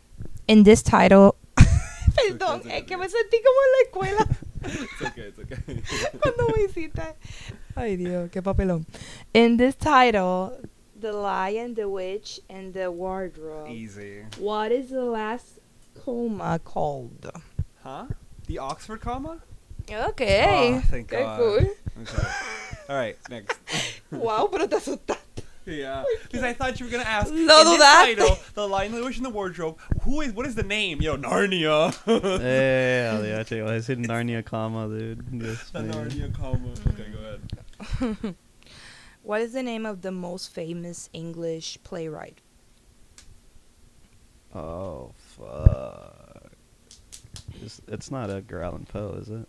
S4: In this title. Perdón,
S3: Suéltate,
S4: es que
S3: Gabriel.
S4: me sentí como en la escuela
S3: it's okay. It's okay.
S4: cuando me hiciste. Ay Dios, qué papelón. In this title, the lion, the witch, and the wardrobe.
S3: easy.
S4: What is the last comma called?
S3: Huh? The Oxford comma?
S4: Okay.
S3: Oh, thank
S4: qué
S3: God.
S4: cool.
S3: Okay. All right, next.
S4: wow, pero te asustaste.
S3: Yeah, because I thought you were gonna ask.
S4: Lo
S3: in this
S4: dudaste.
S3: title, the Lion, the Witch, and the Wardrobe. Who is? What is the name? Yo, Narnia.
S2: Hey, yeah, yeah, I said Narnia comma, dude. Yes,
S3: the
S2: man.
S3: Narnia comma. Okay, go ahead.
S4: What is the name of the most famous English playwright?
S2: Oh fuck! It's, it's not Edgar Allan Poe, is it?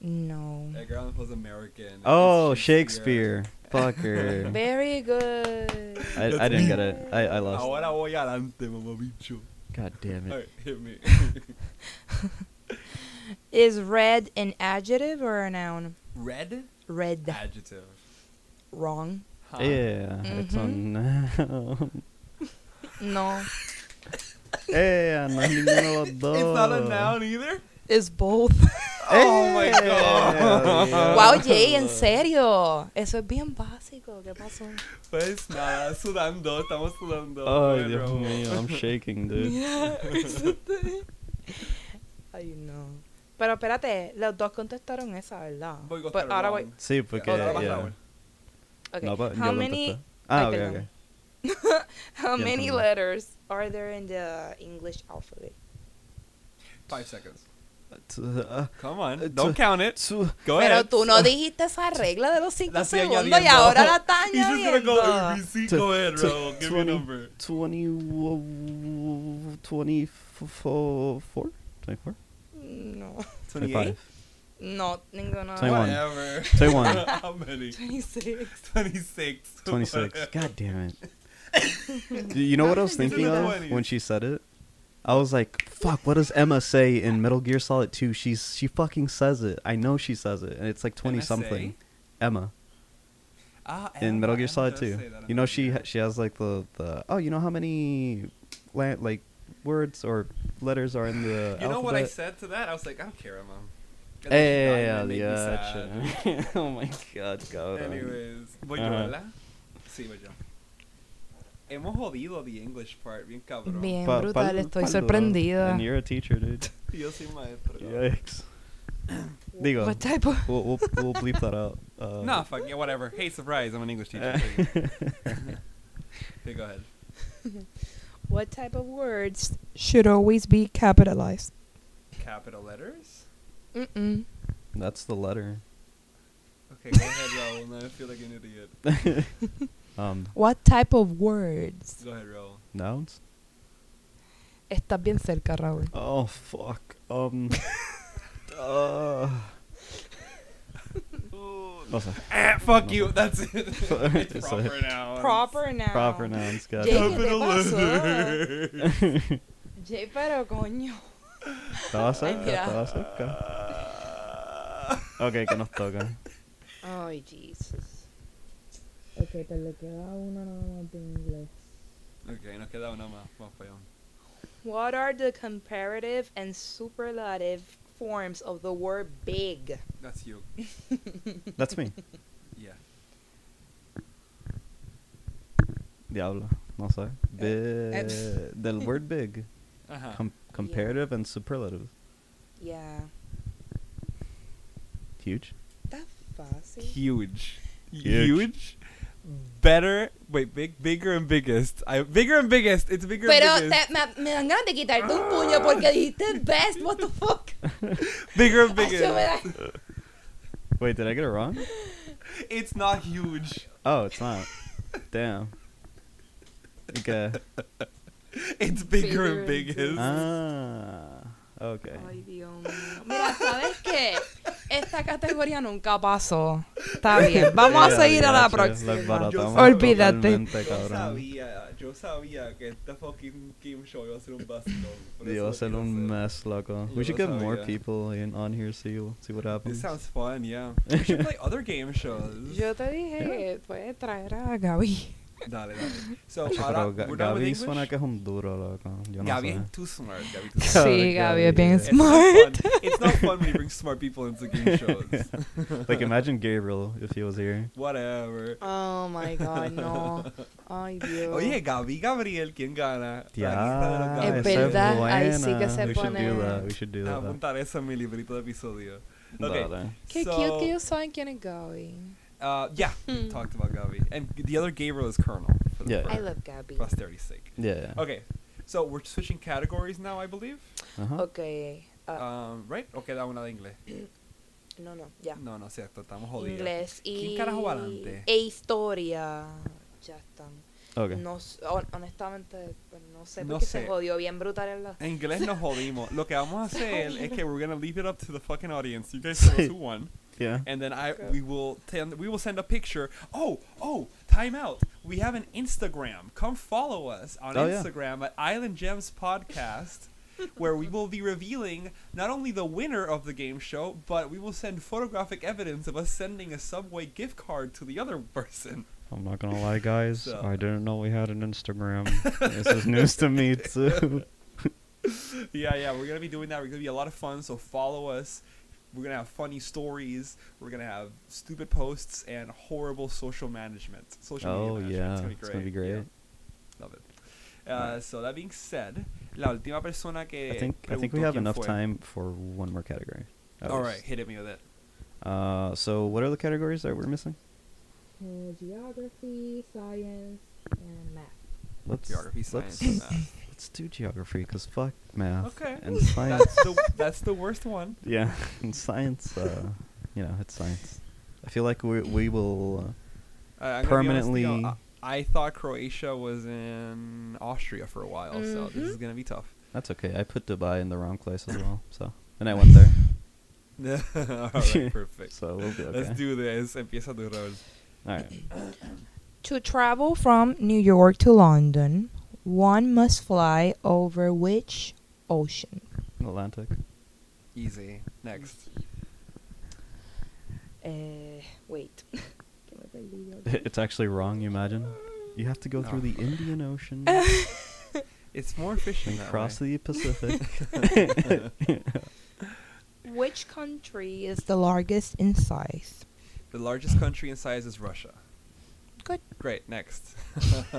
S4: No.
S3: Edgar Allan Poe's American.
S2: Oh,
S3: It's
S2: Shakespeare! Fucker!
S4: Very good.
S2: I, I didn't get it. I, I lost.
S3: Ahora voy adelante, mamabicho.
S2: God damn
S3: All
S2: it!
S3: right, hit me.
S4: Is red an adjective or a noun?
S3: Red
S4: Red.
S3: adjective.
S4: Wrong.
S3: Huh?
S2: Yeah, it's on.
S4: No.
S2: hey, no es ninguno de los dos.
S3: It's not a noun either.
S4: Is both.
S3: Oh my
S2: Hey,
S3: God.
S2: yeah.
S4: wow, Jay, en serio. Eso es bien básico. ¿Qué pasó?
S3: Pues nada, sudando, estamos sudando.
S2: Oh,
S3: Go ahead,
S2: Dios
S3: Raúl.
S2: mío, I'm shaking, dude.
S4: Ay, no. Pero espérate, los dos contestaron esa, ¿verdad?
S3: Voy a
S4: But
S3: estar
S4: ahora
S3: wrong.
S2: Sí, porque
S3: ahora vas,
S2: yeah.
S3: Raúl.
S4: Okay.
S2: No, but
S4: how
S2: yo lo
S4: many
S2: contesté. Ah,
S4: Ay,
S2: okay,
S4: perdón.
S2: okay.
S4: how
S2: Ya
S4: many
S2: entendí.
S4: letters are there in the English alphabet?
S3: Five seconds.
S2: T- uh,
S3: Come on,
S2: It's
S3: don't
S2: a-
S3: count it.
S2: su-
S3: Go
S4: Pero
S3: ahead.
S4: tú no dijiste esa regla de los
S3: La
S4: 5
S3: estoy
S4: segundos y
S3: añadiendo.
S4: ahora la estás
S3: He's just gonna go
S4: añadiendo.
S3: ABC.
S2: T-
S3: Go ahead,
S2: t-
S3: Raul. Give me a
S2: 20.
S3: number.
S2: 20, wo- 24? 24?
S4: Mm, No,
S2: 25.
S4: no, ninguno.
S2: 21.
S3: Whatever.
S2: 21.
S3: How many?
S4: 26.
S3: 26.
S2: 26. God damn it. Do you know what I was
S3: These are
S2: thinking
S3: the
S2: of
S3: 20s.
S2: when she said it? I was like, fuck, what does Emma say in Metal Gear Solid 2? She's she fucking says it. I know she says it. And it's like 20
S3: MSA?
S2: something. Emma
S3: Ah,
S2: in Metal Gear Solid
S3: too.
S2: 2. You know she ha- she has like the the oh, you know how many la- like words or letters are in the
S3: You know what I
S2: alphabet?
S3: said to that? I was like, I don't care, Mom. And
S2: Hey,
S3: then she died, and it made me
S2: yeah, yeah, oh my god,
S3: sad.
S2: cabrón.
S3: Anyways, voy yo,
S2: Ajá.
S3: ¿verdad? Sí, voy yo. Hemos jodido the English part, bien cabrón.
S4: Bien
S2: Pa-
S4: brutal,
S2: pal-
S4: estoy
S2: palo.
S4: sorprendida.
S2: And you're a teacher, dude.
S3: Yo soy maestro.
S2: Yikes. Digo,
S4: What type of...
S2: we'll, we'll, we'll bleep that out. Uh,
S3: Nah, fuck yeah, whatever. Hey, surprise, I'm an English teacher. okay, go ahead.
S4: What type of words should always be capitalized?
S3: Capital letters?
S4: Mm-mm.
S2: That's the letter.
S3: Okay, go ahead, Raul. Now I feel like an idiot.
S2: Um,
S4: What type of words?
S3: Go ahead, Raul.
S2: nouns.
S4: Estás bien cerca, Raúl.
S2: Oh fuck. Um. uh, oh, sorry.
S3: Ah, fuck you. That's it.
S2: Sorry.
S3: It's proper now.
S4: Proper noun.
S2: Proper nouns. Got
S4: Jake,
S2: it.
S4: ¿qué te pasó?
S2: Estaba
S4: Jay, pero coño.
S2: cerca,
S4: mira.
S2: estaba cerca.
S3: Uh,
S2: Ok, que nos toca.
S4: Ay, Jesus. Ok, pero le queda una nada más de inglés.
S3: okay, nos queda una más. Vamos para allá.
S4: What are the comparative and superlative forms of the word big?
S3: That's you.
S2: That's me.
S3: Yeah.
S2: Diablo. No sé. Bi- del word big.
S4: Ah.
S3: Uh-huh.
S2: Com- comparative and superlative.
S4: Yeah.
S2: Huge.
S4: Está fácil.
S3: Huge.
S2: Huge.
S3: Better. Wait, big, bigger and biggest. I bigger and biggest. It's bigger
S4: Pero
S3: and biggest.
S4: te- me, me dan ganas de quitarte un puño porque dijiste best. What the fuck?
S3: bigger and
S4: Ay, yo me
S3: biggest.
S4: da-
S2: Wait, did I get it wrong?
S3: It's not huge.
S2: Oh, it's not. Damn. Okay.
S3: It's bigger,
S4: Bigger
S3: and
S4: and
S3: biggest.
S2: Ah. Okay.
S4: Ay, Dios mío. Mira, ¿sabes qué? Esta categoría nunca pasó. Está bien. Vamos a
S2: Ya,
S4: seguir a la
S2: diache,
S4: próxima.
S2: desbaratamos
S4: Olvídate.
S2: totalmente,
S3: Yo
S2: cabrón.
S3: sabía, yo sabía que este fucking game show iba a ser un básico. por eso
S2: Iba a
S3: lo
S2: ser
S3: quiero
S2: un
S3: hacer.
S2: mess, loco.
S3: Yo
S2: We should
S3: lo
S2: get more
S3: sabía.
S2: people in on here, see see what
S3: This
S2: happens.
S3: sounds fun, yeah. We should play other game shows.
S4: Yo te dije que puedes traer a Gaby.
S3: Dale, dale. So,
S2: Pero
S3: ahora,
S2: Ga-
S3: we're done with
S2: Gaby
S3: English.
S2: suena que es un duro, loco. Yo no
S3: Gaby,
S2: sé.
S3: too smart. Gaby, too smart.
S2: Gaby,
S4: Sí, Gaby
S2: Gaby,
S4: es bien
S2: yeah.
S3: It's not
S4: smart.
S3: fun. It's not fun when you bring smart people into game shows.
S2: Like, imagine Gabriel if he was here.
S3: Whatever.
S4: Oh my god, no. Ay, Dios.
S3: Oye, Gaby Gabriel, ¿quién gana? La lista de los
S2: Yeah,
S4: Es
S3: Gabriel.
S2: esa
S4: verdad, ahí sí que se
S2: We should do
S4: pone-
S2: that. We should do
S3: Voy a
S2: that.
S3: apuntar eso en mi librito de episodio. Okay.
S2: Dale.
S4: Qué
S3: so,
S4: cute que ellos saben quién es Gaby.
S3: Uh, yeah,
S4: Hmm.
S3: we talked about Gabi. And the other Gabriel is Colonel. For the
S2: Yeah.
S3: for
S4: I love Gaby.
S3: Posterity's sake.
S2: Yeah.
S3: Okay, so we're switching categories now, I believe.
S2: Uh-huh.
S4: Ok. ah,
S3: Um, right? Okay, da una de inglés.
S4: no, no, ya.
S3: No, no, cierto, estamos jodidos.
S4: Inglés
S3: ¿Quién
S4: y.
S3: carajo va adelante?
S4: E historia. Ya están.
S2: Okay.
S4: No, s- hon- honestamente, pues, no sé
S3: No
S4: porque se
S3: sé.
S4: jodió bien brutal en la.
S3: En inglés nos jodimos. Lo que vamos a hacer es que we're gonna leave it up to the fucking audience. You guys tell us
S2: Sí.
S3: who won,
S2: Yeah.
S3: and then I
S4: Okay.
S3: we will ten, we will send a picture. Oh, oh, time out. We have an Instagram. Come follow us on
S2: Oh, yeah.
S3: Instagram at Island Gems Podcast. Where we will be revealing not only the winner of the game show, but we will send photographic evidence of us sending a Subway gift card to the other person.
S2: I'm not gonna lie, guys.
S3: So-
S2: I didn't know we had an Instagram. this is news to me too.
S3: Yeah, yeah, we're gonna be doing that. We're gonna be a lot of fun. So follow us. We're gonna have funny stories. We're gonna have stupid posts and horrible social management. Social
S2: oh
S3: media management.
S2: yeah, it's gonna be great.
S3: Yeah, love it. Uh, so that being said, la última persona que
S2: I think I think we
S3: preguntó
S2: have
S3: quién
S2: enough
S3: fue.
S2: time for one more category. at
S3: All right,
S2: least.
S3: hit it me with it.
S2: Uh, so what are the categories that we're missing?
S4: Geography, science, and math.
S2: Let's
S3: Geography,
S2: let's,
S3: science, uh, and math.
S2: Let's do geography, cause fuck math.
S3: Okay.
S2: And science.
S3: that's the that's the worst one.
S2: yeah, and science. Uh, you know, it's science. I feel like we we will. Uh,
S3: Uh, I'm gonna be honest with you,
S2: Permanently-
S3: I, I thought Croatia was in Austria for a while, so this
S4: Mhm.
S3: is gonna be tough.
S2: that's okay. I put Dubai in the wrong place as well, so and I went there.
S3: All right, perfect.
S2: So we'll be okay.
S3: Let's do this. Empieza tu rol.
S2: All right.
S4: To travel from New York to London, one must fly over which ocean?
S2: Atlantic.
S3: Easy. Next.
S4: Eh, wait.
S2: It's actually wrong. You imagine. You have to go through
S3: No.
S2: the Indian Ocean.
S3: It's more efficient.
S2: and
S3: that
S2: cross
S3: way.
S2: the Pacific.
S4: Which country is the largest in size?
S3: The largest country in size is Russia.
S4: Good.
S3: Great. Next.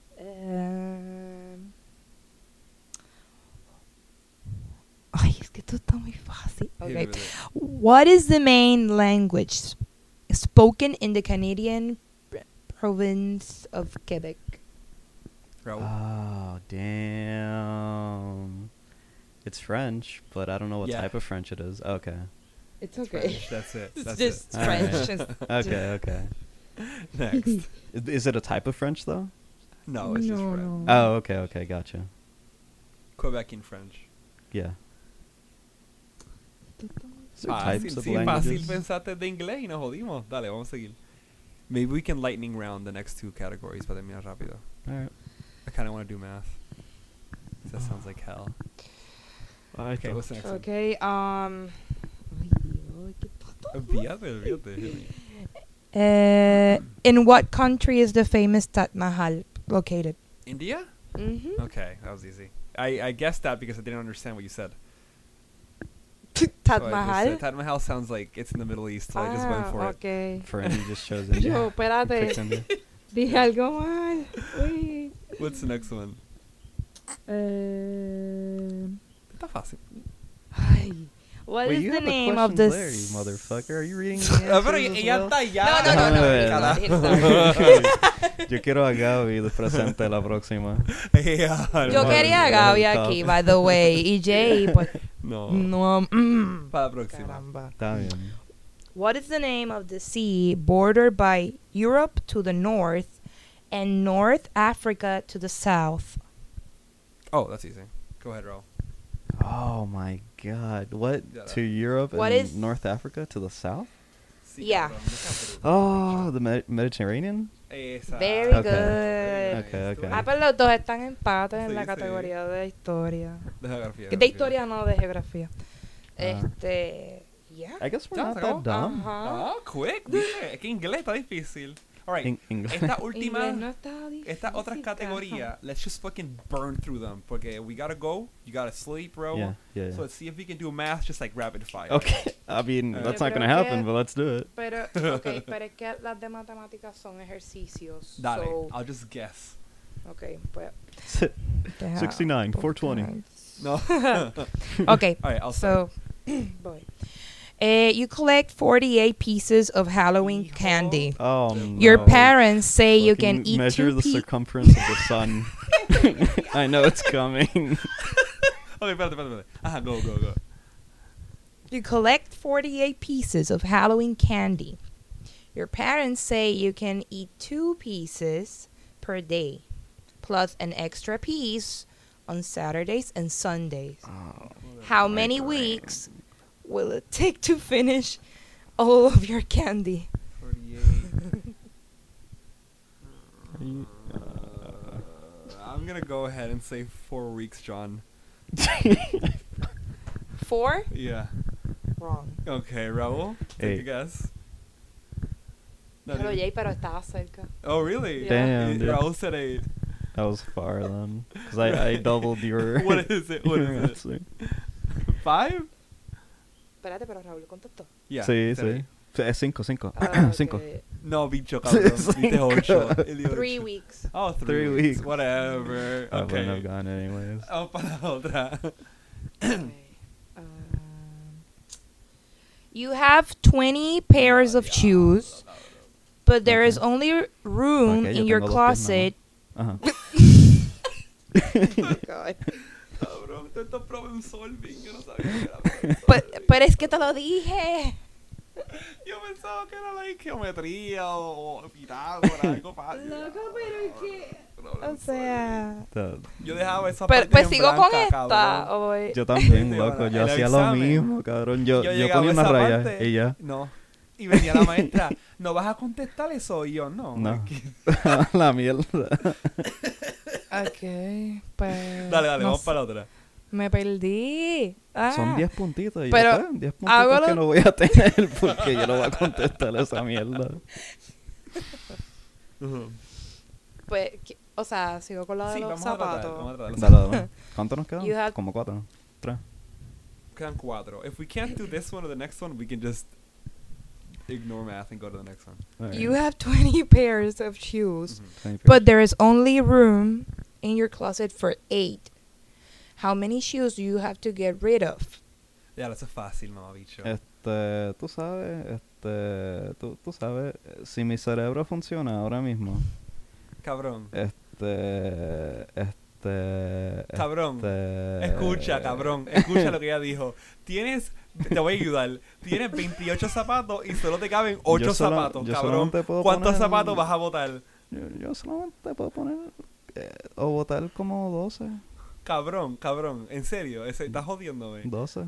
S4: Um, Ay, es que esto está muy
S3: Hit
S4: fácil.
S3: me
S4: Okay.
S3: with it.
S4: What is the main language s- spoken in the Canadian pr- province of Quebec?
S3: Raoul.
S2: oh damn! It's French, but I don't know what
S3: Yeah.
S2: type of French it is. Okay.
S4: It's
S3: French, That's it.
S4: It's
S3: That's
S4: just
S3: it.
S2: All
S4: French.
S2: right.
S4: just-
S2: Okay. Okay.
S3: Next.
S2: Is- Is it a type of French though?
S3: No, it's just
S4: No,
S3: French.
S4: no.
S2: Oh, okay, okay, gotcha.
S3: Quebecian French.
S2: Yeah. Is there
S3: Fácil,
S2: types
S3: Ah,
S2: of
S3: sí, fácil
S2: languages?
S3: pensaste de inglés y nos jodimos. Dale, vamos a seguir. Maybe we can lightning round the next two categories para terminar rápido.
S2: All right.
S3: I kind of want to do math. 'Cause That sounds like hell. Okay, what's the next
S4: Okay, um.
S3: one? Olvídate, olvídate, hit me.
S4: Uh, in what country is the famous Taj Mahal located?
S3: India?
S4: Mm-hmm.
S3: Okay, that was easy. I, I guessed that because I didn't understand what you said.
S4: Taj
S3: So I just
S4: Mahal.
S3: said, Taj Mahal sounds like it's in the Middle East, so I just went
S4: Ah,
S3: for it.
S4: okay.
S2: For any just chose
S4: Yo,
S2: India.
S4: espérate.
S2: Picked India.
S4: Dije algo mal. Uy.
S3: What's the next one?
S4: Um,
S3: Está fácil.
S4: ay. What is
S2: Wait, you
S4: the
S2: have the
S4: name
S2: questions
S4: of this?
S2: there, you motherfucker. Are you reading? the
S3: Ah, pero
S2: answers as
S3: ella
S2: well?
S3: está ya.
S4: No, no, no, no.
S2: Ah,
S4: no,
S2: bueno.
S4: it's not.
S2: Yo quiero a Gaby de presente la próxima.
S3: Yeah,
S4: Yo
S2: no,
S4: quería a
S2: no,
S4: Gaby
S2: no.
S4: aquí, by the way. Y Jay, pues.
S3: No.
S4: No. mm.
S3: Para la próxima.
S4: Caramba.
S2: Está bien.
S4: What is the name of the sea bordered by Europe to the north and North Africa to the south?
S3: Oh, that's easy. Go ahead, Raul.
S2: Oh my God! What
S3: Yeah, that-
S2: to Europe
S4: What
S2: and
S4: is-
S2: North Africa to the south?
S3: Sí,
S4: Yeah.
S3: cabrón, deja, pero-
S2: Oh, the Med- Mediterranean.
S3: Esa.
S4: Very
S2: Okay.
S4: good.
S2: Okay,
S3: Estuvo-
S2: okay.
S4: Ah, pero los dos están empates en
S3: Sí,
S4: la
S3: sí.
S4: categoría de historia.
S3: Deja geografía,
S4: De
S3: geografía.
S4: historia no, de geografía.
S2: Ah.
S4: Este. Yeah.
S2: I guess we're
S3: Ya,
S2: not
S3: se
S2: that
S3: acabó.
S2: dumb.
S4: Ajá.
S3: Ah, quick. Dije, es que inglés está difícil. All right.
S2: In- English.
S3: Esta
S4: Inglés no
S3: última,
S4: está
S3: esta otra
S4: difícil,
S3: categoría, let's just fucking burn through them. Porque we gotta go, you gotta sleep, bro.
S2: Yeah, yeah.
S3: So
S2: yeah.
S3: let's see if we can do math just like rapid fire.
S2: Okay. I mean,
S3: Uh,
S2: that's not
S4: Yo
S2: gonna
S4: creo que-
S2: happen, but let's do it.
S4: Pero, ok, pero es que las de matemáticas son ejercicios.
S3: Dale,
S4: so-
S3: I'll just guess.
S4: ok, pues. deja
S2: 69,
S4: por
S2: 420.
S4: cards.
S3: No.
S4: ok,
S3: All right, I'll
S4: so, boy. Eh, you collect 48 pieces of Halloween
S3: Hijo.
S4: candy.
S2: Oh
S4: Your
S2: no.
S4: parents say you
S2: Fucking
S4: can eat
S2: measure
S4: two
S2: the
S4: pie-
S2: circumference of the sun. I know it's coming.
S3: Okay, espérate, espérate, espérate. Ajá, go, go, go.
S4: You collect 48 pieces of Halloween candy. Your parents say you can eat two pieces per day, plus an extra piece on Saturdays and Sundays.
S2: Oh,
S4: How many weeks will it take to finish all of your candy?
S3: 48. Uh, I'm gonna go ahead and say four weeks, John.
S4: Four?
S3: Yeah.
S4: Wrong.
S3: Okay, Raul, take a
S2: Eight.
S3: guess. No,
S4: Pero
S3: dude.
S4: Jay, pero estaba cerca.
S3: Oh, really?
S4: Yeah.
S2: Damn,
S3: Eh,
S2: dude.
S3: Raul said eight.
S2: That was far then, because I, I doubled your.
S3: What is it? What
S2: your
S3: is
S2: answer.
S3: Five?
S4: Espérate, pero Raúl contestó.
S3: Yeah.
S2: sí,
S3: said
S2: sí.
S3: eight.
S2: Sí, eh, Cinco, cinco,
S4: Ah,
S2: cinco.
S3: No, bicho, cabrón.
S2: It's like,
S3: Dije ocho.
S2: uh,
S3: Ele ocho.
S4: Three weeks.
S3: Oh, three,
S2: Three
S3: weeks. Ah,
S2: weeks.
S3: Whatever.
S2: I
S3: okay.
S2: wouldn't have gone anyways.
S3: Oh, para otra.
S4: Okay. Um, you have 20 pairs of shoes, but there is
S2: Okay.
S4: only r- room
S2: Okay, yo
S4: in your
S2: tengo dos piernas,
S4: closet.
S2: Uh-huh.
S4: Oh,
S3: Cabrón, tanto problem solving. Yo no sabía que era problem
S4: But,
S3: solving.
S4: but es que te lo dije.
S3: Yo pensaba que era like geometría o, o Pitágoras, algo fácil.
S4: Loco, pero es que-
S3: Problem
S4: O sea.
S2: The-
S3: solving. Yo dejaba esa
S4: Pero,
S3: parte
S4: pues
S3: en
S4: sigo con
S3: blanca,
S4: esta.
S3: cabrón.
S4: o voy-
S2: Yo también,
S3: Sí,
S2: loco.
S3: bueno,
S2: Yo
S3: el
S2: hacía lo
S3: examen.
S2: mismo, cabrón. Yo, yo,
S3: llegaba
S2: ponía
S3: a
S2: una
S3: esa
S2: raya
S3: parte,
S2: y ya.
S3: No. Y venía la maestra. ¿No vas a contestar eso? Y yo, no.
S2: No.
S3: aquí".
S2: la mierda.
S4: Ok, pues.
S3: Dale, dale,
S4: no
S3: vamos
S4: sé.
S3: para la otra.
S4: Me perdí. Ah,
S2: Son 10 puntitos. y ya
S4: Pero
S2: está, 10
S4: hago
S2: puntitos que
S4: lo-
S2: no voy a tener porque yo no voy a contestar esa mierda.
S4: Pues, que- o sea, sigo con la de
S3: Sí,
S4: los
S3: vamos a tratar.
S4: zapatos.
S3: Vamos a tratar.
S2: Dale, dale. ¿Cuánto nos quedan?
S4: You have-
S2: Como 4. 3.
S3: Quedan cuatro. If we can't do this one or the next one, we can just ignore math and go to the next one.
S4: You have 20 pairs of shoes, but there is only room in your closet for eight. How many shoes do you have to get rid of?
S3: Ya, eso es fácil, mamabicho.
S2: Este, tú sabes, este, tú, tú sabes, eh, si mi cerebro funciona ahora mismo,
S3: Cabrón.
S2: este, este, este,
S3: Cabrón.
S2: este-
S3: Escucha, cabrón, escucha lo que ella dijo. Tienes, te voy a ayudar. Tienes 28 zapatos y solo te caben 8
S2: Yo solo-
S3: zapatos,
S2: yo
S3: cabrón.
S2: solamente puedo
S3: ¿Cuántos
S2: poner-
S3: zapatos vas a botar?
S2: Yo, yo solamente puedo poner eh, o votar como 12.
S3: Cabrón, cabrón, en serio, ese- estás jodiéndome.
S2: 12.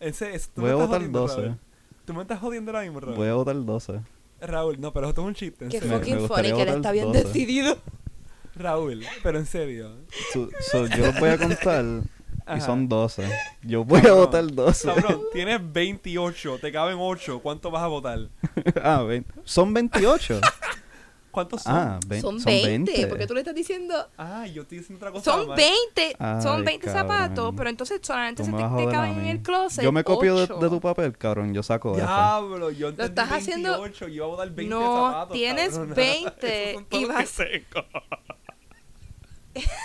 S3: En serio, tú me
S2: Voy a
S3: estás
S2: votar
S3: jodiendo,
S2: 12.
S3: Raúl. Tú me estás jodiendo ahora mismo, Raúl.
S2: Voy a votar 12.
S3: Raúl, no, pero esto es un chiste, en
S4: Qué
S3: serio.
S2: me
S4: fucking funny
S2: gustaría
S4: que él
S2: votar
S4: está bien
S2: 12.
S4: decidido.
S3: Raúl, pero en serio.
S2: So, so yo los voy a contar
S3: Ajá.
S2: y son 12. Yo voy a
S3: Cabrón.
S2: votar 12.
S3: Cabrón, tienes 28, te caben 8. ¿Cuánto vas a votar?
S2: ah, vein- son 28.
S3: ¿Cuántos son?
S2: ah, vein-
S4: Son 20, porque tú le estás diciendo...
S3: Ah, yo estoy diciendo otra cosa.
S4: Son
S3: Omar.
S4: 20, son
S2: Ay,
S4: 20 zapatos,
S2: cabrón.
S4: pero entonces solamente
S2: Tú
S4: se
S2: me
S4: te,
S2: vas a
S4: te
S2: joder a
S4: caben en
S2: mí.
S4: el closet.
S2: Yo me copio de,
S4: ocho.
S2: de tu papel, cabrón. Yo saco F.
S3: Diablo, yo entendí
S4: estás haciendo-
S3: 28, yo iba a votar 20
S4: No,
S3: zapatos,
S4: tienes
S3: cabrona.
S4: 20
S3: Esos son todos
S4: y
S3: los
S4: vas-
S3: que tengo.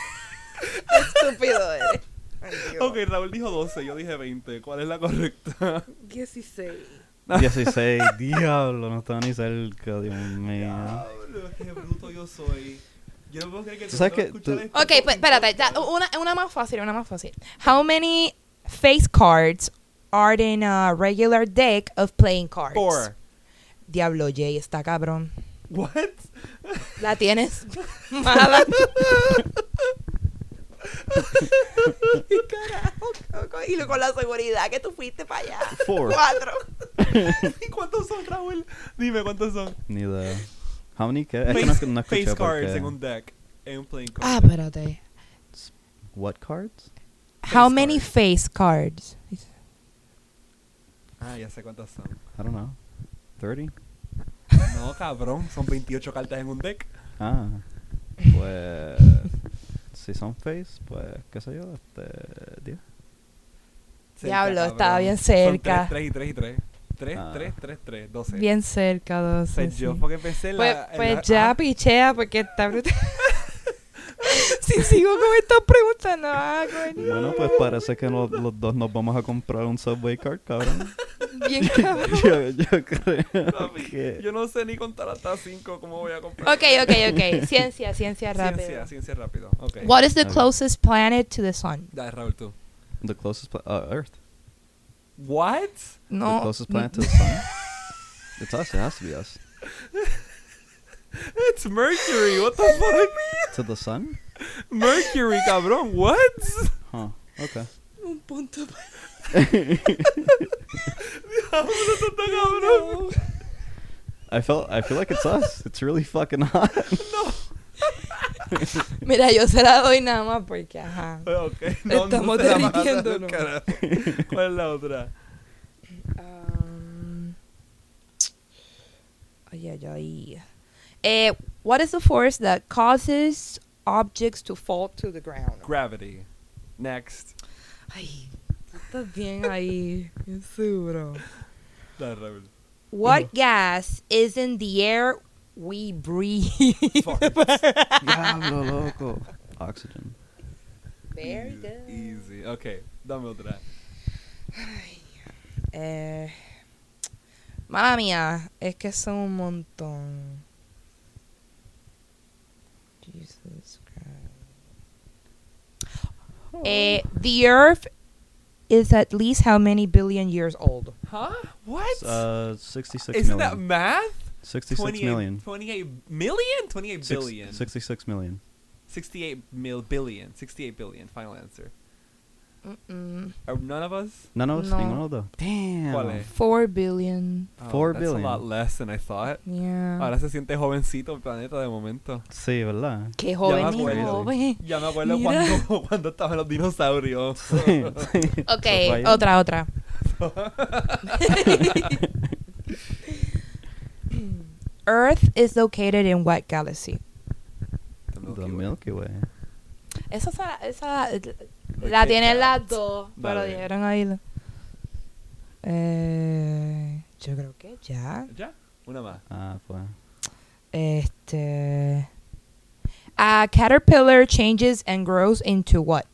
S4: Estúpido eres. Ay, Dios.
S3: Ok, Raúl dijo 12, yo dije 20. ¿Cuál es la correcta?
S4: 16.
S2: 16. Diablo, no estaba ni cerca, Dios mío.
S3: Diablo, qué bruto yo soy. Yo no puedo creer que
S2: Tú sabes
S3: tengo que
S2: que
S3: escuchar
S2: tú-
S3: esto
S4: Ok,
S3: todo
S4: pues
S3: el
S4: espérate, ya,
S3: podcast.
S4: una, una más fácil, una más fácil. How many face cards are in a regular deck of playing cards?
S3: Four.
S4: Diablo Jay, está cabrón.
S3: What?
S4: La tienes mala. Y Carajo, loco, y con la seguridad que tú fuiste para allá.
S2: Four.
S4: Cuatro.
S3: ¿Y cuántos son, Raúl? Dime cuántos son.
S2: Ni idea. How many qué? Es que
S3: Face,
S2: no, no escuché
S3: face cards
S2: porque-
S3: en un deck. En un playing card.
S4: Ah, espérate.
S2: What cards?
S4: How many face cards?
S3: Ah, ya sé cuántos son.
S2: I don't know. 30?
S3: No, cabrón, son 28 cartas en un deck.
S2: Ah. Pues. si son face, pues, qué sé yo, este. 10.
S4: Diablo,
S3: cabrón.
S4: estaba bien cerca.
S3: Son 3, 3 y 3 y 3. 3,
S2: Ah.
S3: 3, 3, 3, 12.
S4: Bien cerca, dos.
S3: Pues yo porque pensé en
S4: Pues,
S3: la... en
S4: pues
S3: la-
S4: ya
S3: ah,
S4: pichea porque está brutal. si sigo con estas preguntas, no hago
S2: Bueno, pues parece que los, los dos nos vamos a comprar un Subway Card, cabrón.
S4: Bien cabrón.
S2: yo, yo creo
S3: papi,
S2: que.
S3: Yo no sé ni contar hasta 5 cómo voy a comprar.
S4: Ok, ok, ok. Ciencia, ciencia rápida.
S3: Ciencia, ciencia rápido. Ok.
S4: What is the
S2: Ok.
S4: closest planet to the sun?
S3: Dale, Raúl, tú.
S2: The closest pla- uh, Earth.
S3: What?
S4: No.
S2: The closest planet to the sun. It's us. It has to be us.
S3: It's Mercury, what the fuck?
S2: To the sun?
S3: Mercury, cabrón, what?
S2: Huh. Okay.
S4: Un punto.
S3: Diablo, esto está cabrón.
S2: I felt. I feel like it's us. It's really fucking hot.
S4: Mira, yo se la doy nada más porque, ajá.
S3: Ok, no, no
S4: Estamos
S3: te la vas a dar,
S4: derritiéndonos.
S3: carajo. ¿Cuál es la otra?
S4: Um, ay, ay, ay. Eh, what is the force that causes objects to fall to the ground?
S3: Gravity. Next.
S4: Ay, tú estás bien ahí. Bien seguro.
S3: Dale, Raúl.
S4: What
S3: Mm-hmm.
S4: gas is in the air we breathe?
S3: Farts.
S2: Diablo loco. Oxygen.
S4: Very
S3: Easy,
S4: good.
S3: Easy. Ok, dame otra.
S4: Eh, mala mía, es que son un montón. Jesus Christ. Eh,
S3: Oh.
S4: the Earth is at least how many billion years old?
S3: Huh? What?
S2: Uh, 66
S3: Isn't that
S2: million.
S3: math?
S2: 66 million.
S3: 28 million? 28
S2: Six-
S3: billion.
S2: 66 million.
S3: 68 mil billion. 68 billion. Final answer.
S4: Mm-mm.
S3: Are none of us?
S2: No, no, it's
S4: No.
S2: ninguno though. Damn.
S3: ¿Cuál es?
S4: Four billion.
S2: Four
S3: Oh, that's
S2: billion.
S3: a lot less than I thought.
S4: Yeah.
S3: Ahora se siente jovencito el planeta de momento.
S2: Sí, ¿verdad?
S4: Qué
S3: Ya ¿eh?
S4: joven,
S3: me
S4: ni
S3: acuerdo.
S4: joven.
S3: Ya me acuerdo
S4: Mira.
S3: cuando, cuando estaban los dinosaurios.
S2: Sí, sí.
S4: Ok,
S2: Rayo.
S4: otra, otra. Earth is located in what galaxy?
S3: The
S2: The Milky Way.
S4: Esa, esa, esa
S3: The
S4: la
S3: Kit
S4: tienen
S3: Kat.
S4: las dos, pero
S3: Dale.
S4: dieron ahí. la- Eh, yo creo que ya.
S3: ¿Ya? Una más.
S2: Ah, pues.
S4: Este. A caterpillar changes and grows into what?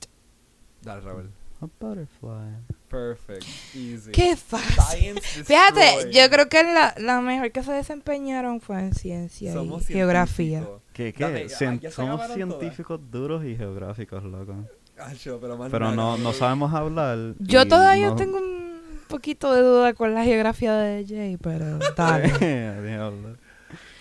S3: Dale, Raúl.
S2: A butterfly.
S3: Perfect. Easy.
S4: ¡Qué fácil!
S3: Science
S4: Fíjate,
S3: destroyed.
S4: yo creo que la, la mejor que se desempeñaron fue en ciencia
S3: Somos
S4: y geografía.
S3: científicos.
S2: ¿Qué, qué?
S3: Dame,
S2: Cien-
S3: ah, ya se
S2: somos
S3: acabaron
S2: científicos duros y geográficos, loco.
S3: Ah, yo, pero más
S2: Pero
S3: nada,
S2: no, no
S3: güey.
S2: sabemos hablar.
S4: Yo
S2: y
S4: todavía
S2: no-
S4: tengo un poquito de duda con la geografía de Jay, pero dale.
S2: Diablo.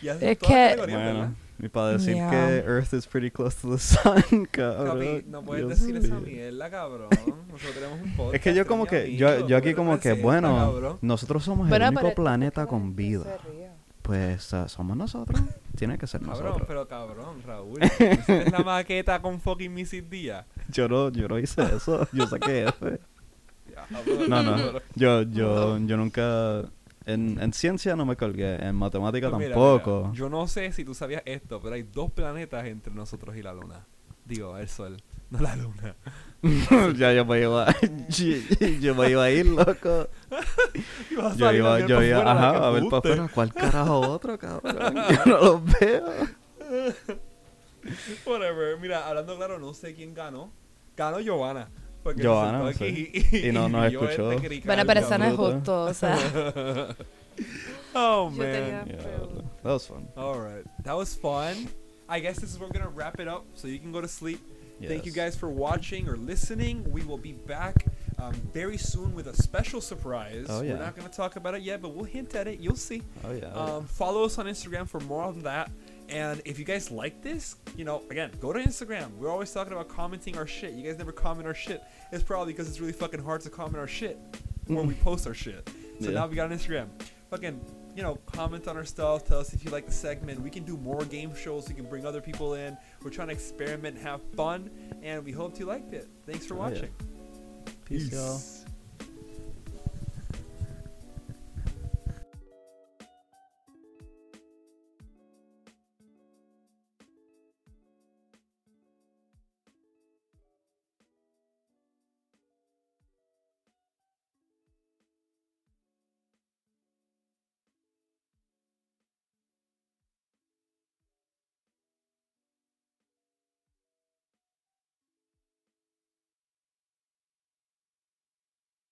S3: Ya
S4: Es
S3: todas las
S4: que-
S3: categorías, ¿verdad?
S2: Bueno, y para decir
S4: Yeah.
S2: que Earth is pretty close to the sun, cabrón.
S3: Papi, no puedes
S2: Dios
S3: decir esa
S2: mío.
S3: mierda, cabrón. Nosotros tenemos un podcast.
S2: Es que yo como
S3: eres
S2: que,
S3: mi
S2: yo,
S3: amigo,
S2: yo aquí
S3: tú
S2: como
S3: eres
S2: que,
S3: presenta,
S2: bueno,
S3: cabrón.
S2: nosotros somos el único planeta con vida. Pues ah, somos nosotros. Tiene que ser
S3: Cabrón,
S2: nosotros.
S3: pero cabrón, Raúl. ¿Esa es la maqueta con fucking Mrs. Díaz?
S2: Yo no, yo no hice eso. Yo saqué F.
S3: Ya, cabrón.
S2: No, no. Yo, yo, yo nunca. En, en ciencia no me colgué. En matemática
S3: Pues mira,
S2: tampoco.
S3: mira, yo no sé si tú sabías esto, pero hay dos planetas entre nosotros y la luna. Digo, el sol, no la luna.
S2: ya yo me iba. yo- yo me iba a ir, loco.
S3: Ibas a salir
S2: Yo
S3: a
S2: iba,
S3: mirar
S2: yo
S3: pa'
S2: iba,
S3: fuera, la
S2: ajá,
S3: que
S2: a ver para
S3: guste.
S2: afuera. ¿Cuál carajo otro, cabrón? Yo no lo veo.
S3: Whatever. Mira, hablando claro, no sé quién ganó. Ganó Giovanna. Porque se
S2: Giovanna,
S3: sentó
S2: no
S3: aquí
S2: sé.
S3: y,
S2: Y no- no
S3: vio
S2: escuchó.
S3: este crical,
S4: Bueno, pero eso no es
S2: Bruto.
S4: justo, o sea.
S3: Oh
S4: Yo
S3: man.
S4: tenía-
S2: That was fun.
S3: All right, that was fun. I guess this is we're gonna wrap it up, so you can go to sleep. Thank you
S2: Yes.
S3: guys for watching or listening. We will be back um, very soon with a special surprise.
S2: Oh, yeah.
S3: We're not gonna talk about it yet, but we'll hint at it. You'll see.
S2: Oh, yeah.
S3: Um, follow us on Instagram for more on that. And if you guys like this, you know, again, go to Instagram. We're always talking about commenting our shit. You guys never comment our shit. It's probably because it's really fucking hard to comment our shit when we post our shit. So
S2: Mm. Yeah.
S3: now we got an Instagram. Fucking, you know, comment on our stuff. Tell us if you like the segment. We can do more game shows. We can bring other people in. We're trying to experiment, have fun, and we hope you liked it. Thanks for
S2: Oh, yeah.
S3: watching.
S2: Peace, y'all.
S3: Peace.